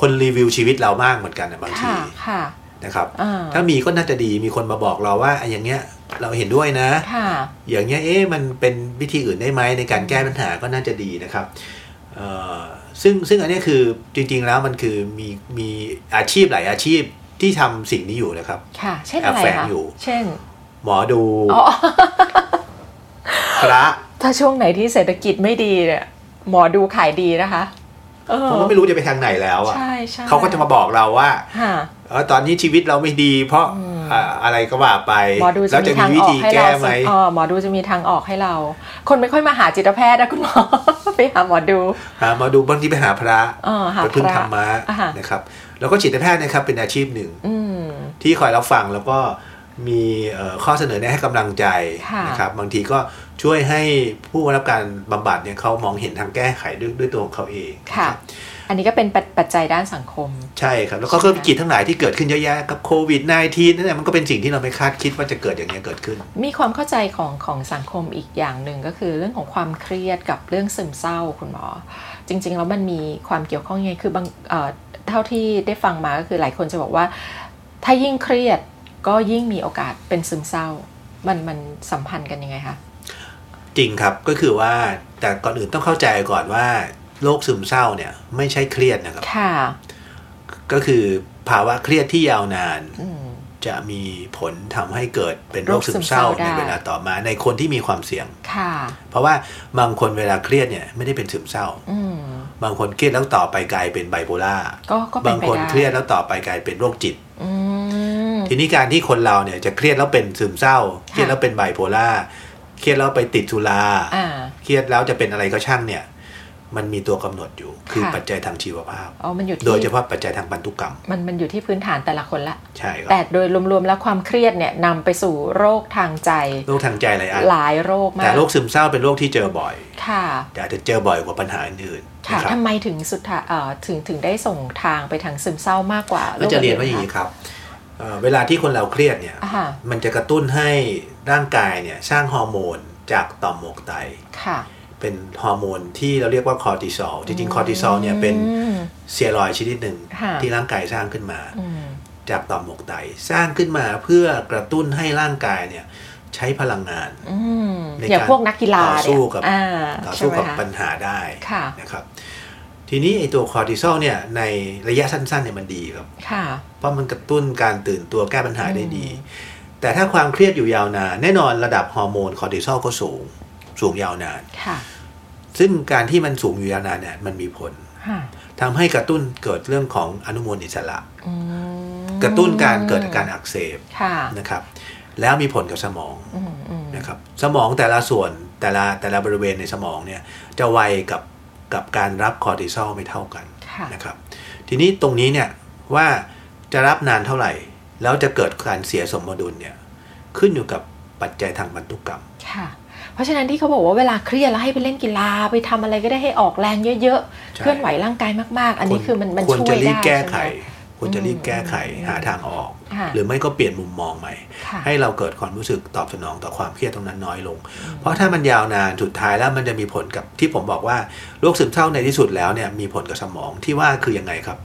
[SPEAKER 2] คนรีวิวชีวิตเรามากเหมือนกันนะบางที
[SPEAKER 1] ค่ะค่ะ
[SPEAKER 2] นะครับ
[SPEAKER 1] อ่า
[SPEAKER 2] ถ้ามีก็น่าจะดีมีคนมาบอกเราว่าไอ้อย่างเงี้ย เราเห็นด้วยนะ
[SPEAKER 1] ค่ะ
[SPEAKER 2] อย่างเงี้ยเอ๊ะมันเป็นวิธีอื่นได้ไหมในการแก้ปัญหาก็น่าจะดีนะครับเอ่อซึ่งซึ่งอันเนี้ยคือจริง ๆ แล้วมันคือมีมีอาชีพหลายอาชีพที่ทำสิ่งนี้อยู่นะครับ
[SPEAKER 1] ค่ะ เช่นอะไร
[SPEAKER 2] แอบแฝง
[SPEAKER 1] คะ
[SPEAKER 2] อยู่
[SPEAKER 1] เช่น
[SPEAKER 2] หมอดู
[SPEAKER 1] อ๋อ
[SPEAKER 2] พระ
[SPEAKER 1] ถ้าช่วงไหนที่เศรษฐกิจไม่ดีเนี่ยหมอดูขายดีนะคะเออ
[SPEAKER 2] ผมก็ไม่รู้จะไปทางไหนแล้วอ่ะ
[SPEAKER 1] ใช่ใช่
[SPEAKER 2] เขาก็จะมาบอกเราว่า
[SPEAKER 1] ค่ะ
[SPEAKER 2] เออตอนนี้ชีวิตเราไม่ดี เพราะ
[SPEAKER 1] อืม
[SPEAKER 2] อ่าอะไรก็ว่าไป
[SPEAKER 1] หมอดูจะ
[SPEAKER 2] แล้ว
[SPEAKER 1] มี
[SPEAKER 2] จะมี
[SPEAKER 1] ทาง
[SPEAKER 2] วิ
[SPEAKER 1] ออก
[SPEAKER 2] ธี
[SPEAKER 1] ให้
[SPEAKER 2] แก้
[SPEAKER 1] เรา
[SPEAKER 2] ไหม
[SPEAKER 1] เออหมอดูจะมีทางออกให้เรา คนไม่ค่อยมาหาจิตแพทย์นะคุณหมอ ไปหาหมอดู
[SPEAKER 2] หาหมอดูบางทีไปหาพระ
[SPEAKER 1] เออหา
[SPEAKER 2] ไป
[SPEAKER 1] พ
[SPEAKER 2] พึ่งธร
[SPEAKER 1] ระ
[SPEAKER 2] รมะ
[SPEAKER 1] อ่าฮะ
[SPEAKER 2] นะครับ แล้วก็จิตแพทย์นะครับเป็นอาชีพหนึ่ง
[SPEAKER 1] อืม
[SPEAKER 2] ที่คอยรับฟังแล้วก็มีเอ่อข้อเสนอแนะให้กำลังใจ
[SPEAKER 1] ค่ะ
[SPEAKER 2] นะครับ บางทีก็ช่วยให้ผู้รับการบำบัดเนี่ยเขามองเห็นทางแก้ไขด้วยด้วยตัวของเขาเอง
[SPEAKER 1] ค่ะ
[SPEAKER 2] รับ
[SPEAKER 1] อันนี้ก็เป็นปัจปัจจัยด้านสังคม
[SPEAKER 2] ใช่ครับ แล้วก็เครื่องวิกฤตทั้งหลายที่เกิดขึ้นเยอะแยะกับโควิด -19 นั่นแหละมันก็เป็นสิ่งที่เราไม่คาดคิดว่าจะเกิดอย่างนี้ยเกิดขึ้น
[SPEAKER 1] มีความเข้าใจของของสังคมอีกอย่างหนึ่งก็คือเรื่องของความเครียดกับเรื่องซึมเศร้าคุณหมอ จริง ๆ แล้วมันมีความเกี่ยวข้องยังไงคือบางเอ่อเท่าที่ได้ฟังมาก็คือหลายคนจะบอกว่า ถ้ายิ่งเครียดก็ยิ่งมีโอกาสเป็นซึมเศร้า มันมันสัมพันธ์กันยังไงคะ
[SPEAKER 2] จริงครับก็คือว่าแต่ก่อนอื่นต้องเข้าใจก่อนว่าโรคซึมเศร้าเนี่ยไม่ใช่เครียดนะครับ
[SPEAKER 1] ค่ะ
[SPEAKER 2] ก็คือภาวะเครียดที่ยาวนาน
[SPEAKER 1] อืม
[SPEAKER 2] จะมีผลทำให้เกิดเป็นโรคซึมเศร้า
[SPEAKER 1] โรคซึมเศร้าได้
[SPEAKER 2] ในเวลาต่อมาในคนที่มีความเสี่ยง
[SPEAKER 1] ค่ะ
[SPEAKER 2] เพราะว่าบางคนเวลาเครียดเนี่ยไม่ได้เป็นซึมเศร้า
[SPEAKER 1] อืม
[SPEAKER 2] บางคนเครียดแล้วต่อไปกลายเป็นไบโพล่า
[SPEAKER 1] ก็ก็เป็
[SPEAKER 2] บาน ง
[SPEAKER 1] ไป
[SPEAKER 2] คน
[SPEAKER 1] ได้
[SPEAKER 2] เครียดแล้วต่อไปกลายเป็นโรคจิต
[SPEAKER 1] อืม
[SPEAKER 2] ทีนี้การที่คนเราเนี่ยจะเครียดแล้วเป็นซึมเศร้า เครียดแล้วเป็นไบโพล่าเครียดแล้วไปติดสุรา
[SPEAKER 1] อ่า
[SPEAKER 2] เครียดแล้วจะเป็นอะไรก็ช่างเนี่ย มันมีตัวกำหนดอยู่ คือ
[SPEAKER 1] ค่ะ
[SPEAKER 2] ปัจจัยทางชีวภาพ
[SPEAKER 1] อ๋อมันอยู่ที่
[SPEAKER 2] โดยเฉพาะปัจจัยทางพันธุกรรม
[SPEAKER 1] มันมันอยู่ที่พื้นฐานแต่ละคนละ
[SPEAKER 2] ใช่ครั
[SPEAKER 1] แต่
[SPEAKER 2] บ
[SPEAKER 1] โดยรวมๆแล้วความเครียดเนี่ยนำไปสู่โรคทางใจ
[SPEAKER 2] โรคทางใจหลายอัน
[SPEAKER 1] หลายโรคมาก
[SPEAKER 2] แต่โรคซึมเศร้าเป็นโรคที่เจอบ่อย
[SPEAKER 1] ค่ะ
[SPEAKER 2] แต่อาจจะเจอบ่อยกว่าปัญหาอื่นๆ
[SPEAKER 1] ค่ะ
[SPEAKER 2] นะครับ
[SPEAKER 1] ทำไมถึงสุดท้ายเอ่อถึงถึงได้ส่งทางไปทางซึมเศร้ามากกว่า
[SPEAKER 2] ก็จะเรียนว่าอย่างนี้ครับเอ่อเวลาที่คนเราเครียดเนี่ย
[SPEAKER 1] อ่าค่ะ
[SPEAKER 2] มันจะกระตุ้นให้ร่างกายเนี่ยสร้างฮอร์โมนจากต่อมหมวกไต
[SPEAKER 1] ค่ะ
[SPEAKER 2] เป็นฮอร์โมนที่เราเรียกว่าคอร์ติซอล จริงๆ คอร์ติซอลเนี่ยเป็น
[SPEAKER 1] อืม
[SPEAKER 2] สเซียรอยด์ชนิดหนึ่ง
[SPEAKER 1] ค่ะ
[SPEAKER 2] ที่ร่างกายสร้างขึ้นมา
[SPEAKER 1] อืม
[SPEAKER 2] จากต่อมหมวกไต สร้างขึ้นมาเพื่อกระตุ้นให้ร่างกายเนี่ยใช้พลังงาน
[SPEAKER 1] อืม
[SPEAKER 2] ใน
[SPEAKER 1] อย่าง
[SPEAKER 2] การ
[SPEAKER 1] พวกนักกีฬา
[SPEAKER 2] ต่อสู้
[SPEAKER 1] เนี่ย
[SPEAKER 2] กับ
[SPEAKER 1] อ่า
[SPEAKER 2] ต่อ
[SPEAKER 1] ใช่
[SPEAKER 2] สู้
[SPEAKER 1] ไหม
[SPEAKER 2] กับ
[SPEAKER 1] คะ
[SPEAKER 2] ปัญหาได้
[SPEAKER 1] ค่ะ
[SPEAKER 2] นะครับทีนี้ไอตัวคอร์ติซอลเนี่ยในระยะสั้นๆเนี่ยมันดีครับ
[SPEAKER 1] ค่ะ
[SPEAKER 2] เพราะมันกระตุ้นการตื่นตัวแก้ปัญหาได้ดี
[SPEAKER 1] อืม
[SPEAKER 2] แต่ถ้าความเครียดอยู่ยาวนาน แน่นอนระดับฮอร์โมนคอร์ติซอลก็สูง สูงยาวนาน
[SPEAKER 1] ค่ะ
[SPEAKER 2] ซึ่งการที่มันสูงอยู่ยาวนานเนี่ยมันมีผล
[SPEAKER 1] ค่ะ
[SPEAKER 2] ทำให้กระตุ้นเกิดเรื่องของอนุมูลอิสระ
[SPEAKER 1] อืม
[SPEAKER 2] กระตุ้นการเกิดอาการอักเสบ
[SPEAKER 1] ค่ะ
[SPEAKER 2] นะครับ แล้วมีผลกับสมอง
[SPEAKER 1] อืมอืม
[SPEAKER 2] นะครับ สมองแต่ละส่วนแต่ละแต่ละบริเวณในสมองเนี่ยจะไวกับกับการรับคอร์ติซอลไม่เท่ากัน
[SPEAKER 1] ค่ะ
[SPEAKER 2] นะครับทีนี้ตรงนี้เนี่ยว่าจะรับนานเท่าไหร่ แล้วจะเกิดการเสียสมดุลเนี่ยขึ้นอยู่กับ ปัจจัยทางพันธุกรรม
[SPEAKER 1] ค่ะ เพราะฉะนั้นที่เขาบอกว่าเวลาเครียดแล้วให้ไปเล่นกีฬาไปทำอะไรก็ได้ให้ออกแรงเยอะๆ
[SPEAKER 2] ใช่
[SPEAKER 1] เคลื่อนไหวร่างกายมากๆ อันนี้คือมันมัน
[SPEAKER 2] ควร
[SPEAKER 1] ช่วย
[SPEAKER 2] จะ
[SPEAKER 1] ได้
[SPEAKER 2] รีบแก้ไข
[SPEAKER 1] ใช่หม
[SPEAKER 2] ควรจะรีบแก้ไข
[SPEAKER 1] อืม
[SPEAKER 2] หาทางออก
[SPEAKER 1] ค่ะ
[SPEAKER 2] หรือไม่ก็เปลี่ยนมุมมองใหม่
[SPEAKER 1] ค่ะ
[SPEAKER 2] ให้เราเกิดความรู้สึกตอบสนองต่อความเครียดตรงนั้นน้อยลง เพราะถ้ามันยาวนานสุดท้ายแล้วมันจะมีผลกับที่ผมบอกว่าโรคซึมเศร้าในที่สุดแล้วเนี่ยมีผลกับสมองที่ว่าคือยังไงครับ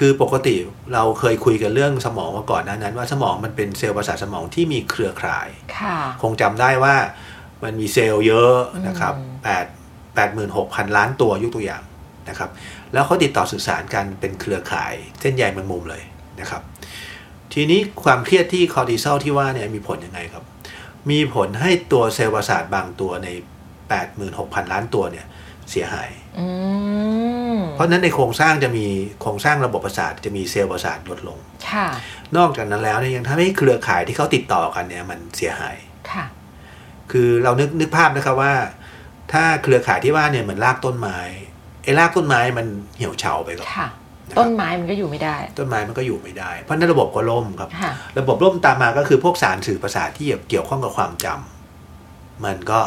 [SPEAKER 2] คือปกติเราเคยคุยกันเรื่องสมองมาก่อนหน้านั้น ว่าสมองมันเป็นเซลล์ประสาทสมองที่มีเครือข่าย
[SPEAKER 1] ค่ะ
[SPEAKER 2] คงจำได้ว่ามันมีเซลล์เยอะนะครับ
[SPEAKER 1] อืม
[SPEAKER 2] แปดแปดหมื่นหกพันล้านตัวยกตัวอย่างนะครับ แล้วเขาติดต่อสื่อสารกันเป็นเครือข่ายเส้นใยแมงมุมเลยนะครับ ทีนี้ความเครียดที่คอร์ติซอลที่ว่าเนี่ยมีผลยังไงครับ มีผลให้ตัวเซลล์ประสาทบางตัวใน 86,000 ล้านตัวเนี่ยเสียหาย
[SPEAKER 1] อืม
[SPEAKER 2] เพราะฉะนั้นในโครงสร้างจะมีโครงสร้างระบบประสาทจะมีเซลล์ประสาทลดลง
[SPEAKER 1] ค่ะ
[SPEAKER 2] นอกจากนั้นแล้วเนี่ยยังทำให้เครือข่ายที่เขาติดต่อกันเนี่ยมันเสียหาย
[SPEAKER 1] ค่ะ
[SPEAKER 2] คือเรานึกนึกภาพนะครับว่า ถ้าเครือข่ายที่ว่าเนี่ยเหมือนรากต้นไม้ไอ้รากต้นไม้มันเหี่ยวเฉาไปครับ
[SPEAKER 1] ค่ะ
[SPEAKER 2] ะครับ
[SPEAKER 1] ต้นไม้มันก็อยู่ไม่ได้
[SPEAKER 2] ต้นไม้มันก็อยู่ไม่ได้ เพราะฉะนั้นระบบก็ล่มครับ
[SPEAKER 1] ค่ะ
[SPEAKER 2] ระบบล่มตามมาก็คือพวกสารสื่อประสาทที่เกี่ยวข้องกับความจำมันก็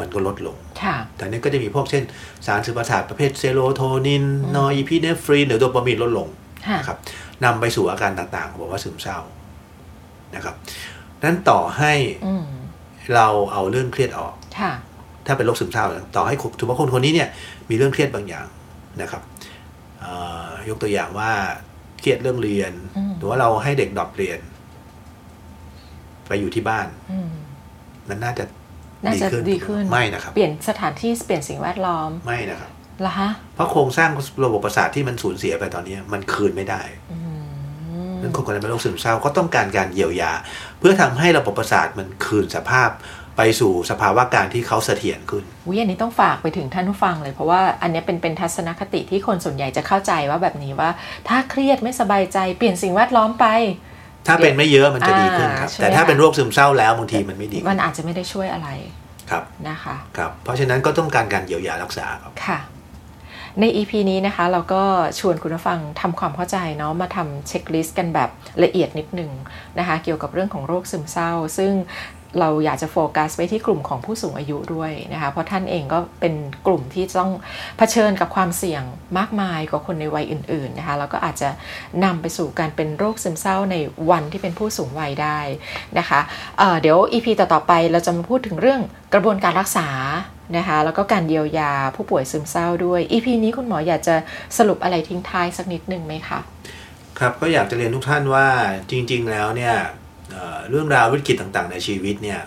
[SPEAKER 2] มันก็ลดลง
[SPEAKER 1] ค่ะ
[SPEAKER 2] แต่นี้ก็จะมีพวกเช่น สารสื่อประสาทประเภทเซโรโทนินนอร์อีพิเนฟรีนหรือโดปามีนลดลง
[SPEAKER 1] ค่ะ
[SPEAKER 2] นะครับนำไปสู่อาการต่างๆของบอกว่าซึมเศร้านะครับนั้นต่อให้
[SPEAKER 1] อืม
[SPEAKER 2] เราเอาเรื่องเครียดออก
[SPEAKER 1] ค่ะ
[SPEAKER 2] ถ้าเป็นโรคซึมเศร้านะต่อให้ถือว่าคนคนนี้เนี่ยมีเรื่องเครียดบางอย่างนะครับเอ่อยกตัวอย่างว่าเครียดเรื่องเรียน
[SPEAKER 1] อืม
[SPEAKER 2] หรือว่าเราให้เด็กดรอปเรียน ไปอยู่ที่บ้าน
[SPEAKER 1] อืม
[SPEAKER 2] นั้นน่าจะ
[SPEAKER 1] น่าจะดีขึ้น
[SPEAKER 2] ไม่นะครับ
[SPEAKER 1] เปลี่ยนสถานที่เปลี่ยนสิ่งแวดล้อม
[SPEAKER 2] ไม่นะครับ
[SPEAKER 1] เหรอฮะ
[SPEAKER 2] เพราะโครงสร้างระบบประสาทที่มันสูญเสียไปตอนนี้ มันคืนไม่ได้
[SPEAKER 1] อืม
[SPEAKER 2] นั้นคนคนนั้นเป็นโรคซึมเศร้าก็ต้องการการเยียวยา เพื่อทำให้ระบบประสาทมันคืนสภาพ ไปสู่สภาวะการที่เขาเสถียรขึ้น
[SPEAKER 1] อุ๊ยอันนี้ต้องฝากไปถึงท่านผู้ฟังเลย เพราะว่าอันเนี้ยเป็นเป็นทัศนคติที่คนส่วนใหญ่จะเข้าใจว่าแบบนี้ว่า ถ้าเครียดไม่สบายใจเปลี่ยนสิ่งแวดล้อมไป
[SPEAKER 2] ถ้าเป็นไม่เยอะมันจะดีขึ้นครับ
[SPEAKER 1] อ่าใช่
[SPEAKER 2] แต่ถ้า
[SPEAKER 1] ค่ะ
[SPEAKER 2] เป็นโรคซึมเศร้าแล้วบางทีมันไม่ดี
[SPEAKER 1] มันอาจจะไม่ได้ช่วยอะไร
[SPEAKER 2] ครับ
[SPEAKER 1] นะคะ
[SPEAKER 2] ครับ เพราะฉะนั้นก็ต้องการการเยียวยารักษาครับ
[SPEAKER 1] ค่ะ ใน EP นี้นะคะเราก็ชวนคุณผู้ฟังทำความเข้าใจเนาะมาทำเช็คลิสต์กันแบบละเอียดนิดหนึ่งนะคะเกี่ยวกับเรื่องของโรคซึมเศร้า ซึ่งเราอยากจะโฟกัสไปที่กลุ่มของผู้สูงอายุด้วยนะคะเพราะท่านเองก็เป็นกลุ่มที่ต้องเผชิญกับความเสี่ยงมากมายกว่าคนในวัยอื่นๆนะคะแล้วก็อาจจะนำไปสู่การเป็นโรคซึมเศร้าในวันที่เป็นผู้สูงวัยได้นะคะเอ่อเดี๋ยว EP ต่อๆไปเราจะมาพูดถึงเรื่องกระบวนการรักษา นะคะแล้วก็การเยียวยาผู้ป่วยซึมเศร้าด้วย EP นี้คุณหมออยากจะสรุปอะไรทิ้งท้ายสักนิดหนึ่งไหมคะ
[SPEAKER 2] ครับก็อยากจะเรียนทุกท่านว่าจริง ๆ แล้วเนี่ยเอ่อเรื่องราววิกฤตต่างๆ ในชีวิตเนี่ย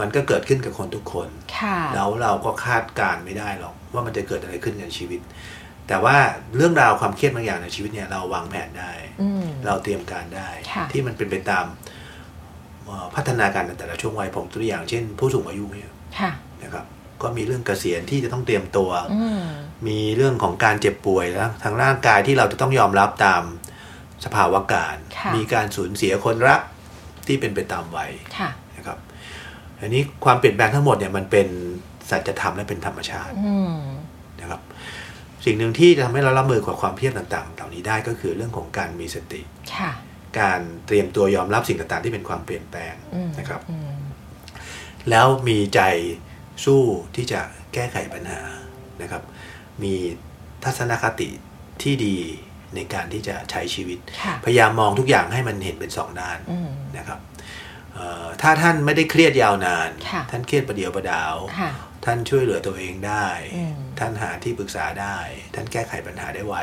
[SPEAKER 2] มันก็เกิดขึ้นกับคนทุกคน
[SPEAKER 1] ค่ะ
[SPEAKER 2] แล้วเราก็คาดการณ์ไม่ได้หรอกว่ามันจะเกิดอะไรขึ้นในชีวิต แต่ว่าเรื่องราวความเครียดบางอย่างในชีวิตเนี่ยเราวางแผนได้
[SPEAKER 1] อืม
[SPEAKER 2] เราเตรียมการได้
[SPEAKER 1] ค่ะ
[SPEAKER 2] ที่มันเป็นไปตามเอ่อพัฒนาการในแต่ละช่วงวัยผมตัวอย่างเช่น ผู้สูงอายุเนี่ย
[SPEAKER 1] ค่ะ
[SPEAKER 2] นะครับ ก็มีเรื่องเกษียณที่จะต้องเตรียมตัว
[SPEAKER 1] อืม
[SPEAKER 2] มีเรื่องของการเจ็บป่วยแล้วทางร่างกายที่เราจะต้องยอมรับตามสภาวะการ
[SPEAKER 1] ค่ะ
[SPEAKER 2] มีการสูญเสียคนรักที่เป็นไปตามวัย
[SPEAKER 1] ค่ะ
[SPEAKER 2] นะครับอันนี้ความเปลี่ยนแปลงทั้งหมดเนี่ยมันเป็นสัจธรรมและเป็นธรรมชาติ
[SPEAKER 1] อืม
[SPEAKER 2] นะครับสิ่งหนึ่งที่จะทำให้เรารับมือกับความเครียดต่างๆ เหล่านี้ได้ก็คือเรื่องของการมีสติ
[SPEAKER 1] ค่ะ
[SPEAKER 2] การเตรียมตัวยอมรับสิ่งต่างๆ ที่เป็นความเปลี่ยนแปลง
[SPEAKER 1] อืม
[SPEAKER 2] นะครับ
[SPEAKER 1] อืม
[SPEAKER 2] แล้วมีใจสู้ที่จะแก้ไขปัญหานะครับ มีทัศนคติที่ดีในการที่จะใช้ชีวิต
[SPEAKER 1] ค่ะ
[SPEAKER 2] พยายามมองทุกอย่างให้มันเห็นเป็นสองด้าน
[SPEAKER 1] อืม
[SPEAKER 2] นะครับเอ่อถ้าท่านไม่ได้เครียดยาวนาน
[SPEAKER 1] ค่ะ
[SPEAKER 2] ท่านเครียดประเดียวประดาว
[SPEAKER 1] ค่ะ
[SPEAKER 2] ท่านช่วยเหลือตัวเองได้
[SPEAKER 1] อืม
[SPEAKER 2] ท่านหาที่ปรึกษาได้ ท่านแก้ไขปัญหาได้ไว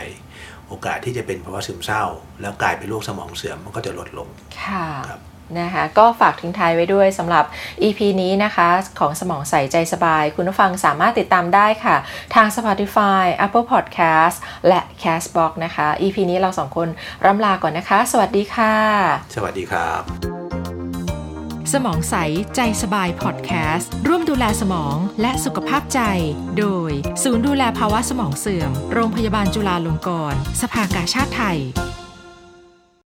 [SPEAKER 2] โอกาสที่จะเป็นภาวะซึมเศร้า แล้วกลายเป็นโรคสมองเสื่อมมันก็จะลดลง
[SPEAKER 1] ค่ะ
[SPEAKER 2] ครับ
[SPEAKER 1] นะคะก็ฝากทิ้งท้ายไว้ด้วยสำหรับ EP นี้นะคะของสมองใส่ใจสบาย คุณผู้ฟังสามารถติดตามได้ค่ะ ทาง Spotify Apple Podcast และ Castbox นะคะ EP นี้เราสองคนร่ำลาก่อนนะคะ สวัสดีค่ะ
[SPEAKER 2] สวัสดีครับ
[SPEAKER 3] สมองใส ใจสบายพอดแคสต์ร่วมดูแลสมองและสุขภาพใจ โดย ศูนย์ดูแลภาวะสมองเสื่อม โรงพยาบาลจุฬาลงกรณ์สภากาชาติไทย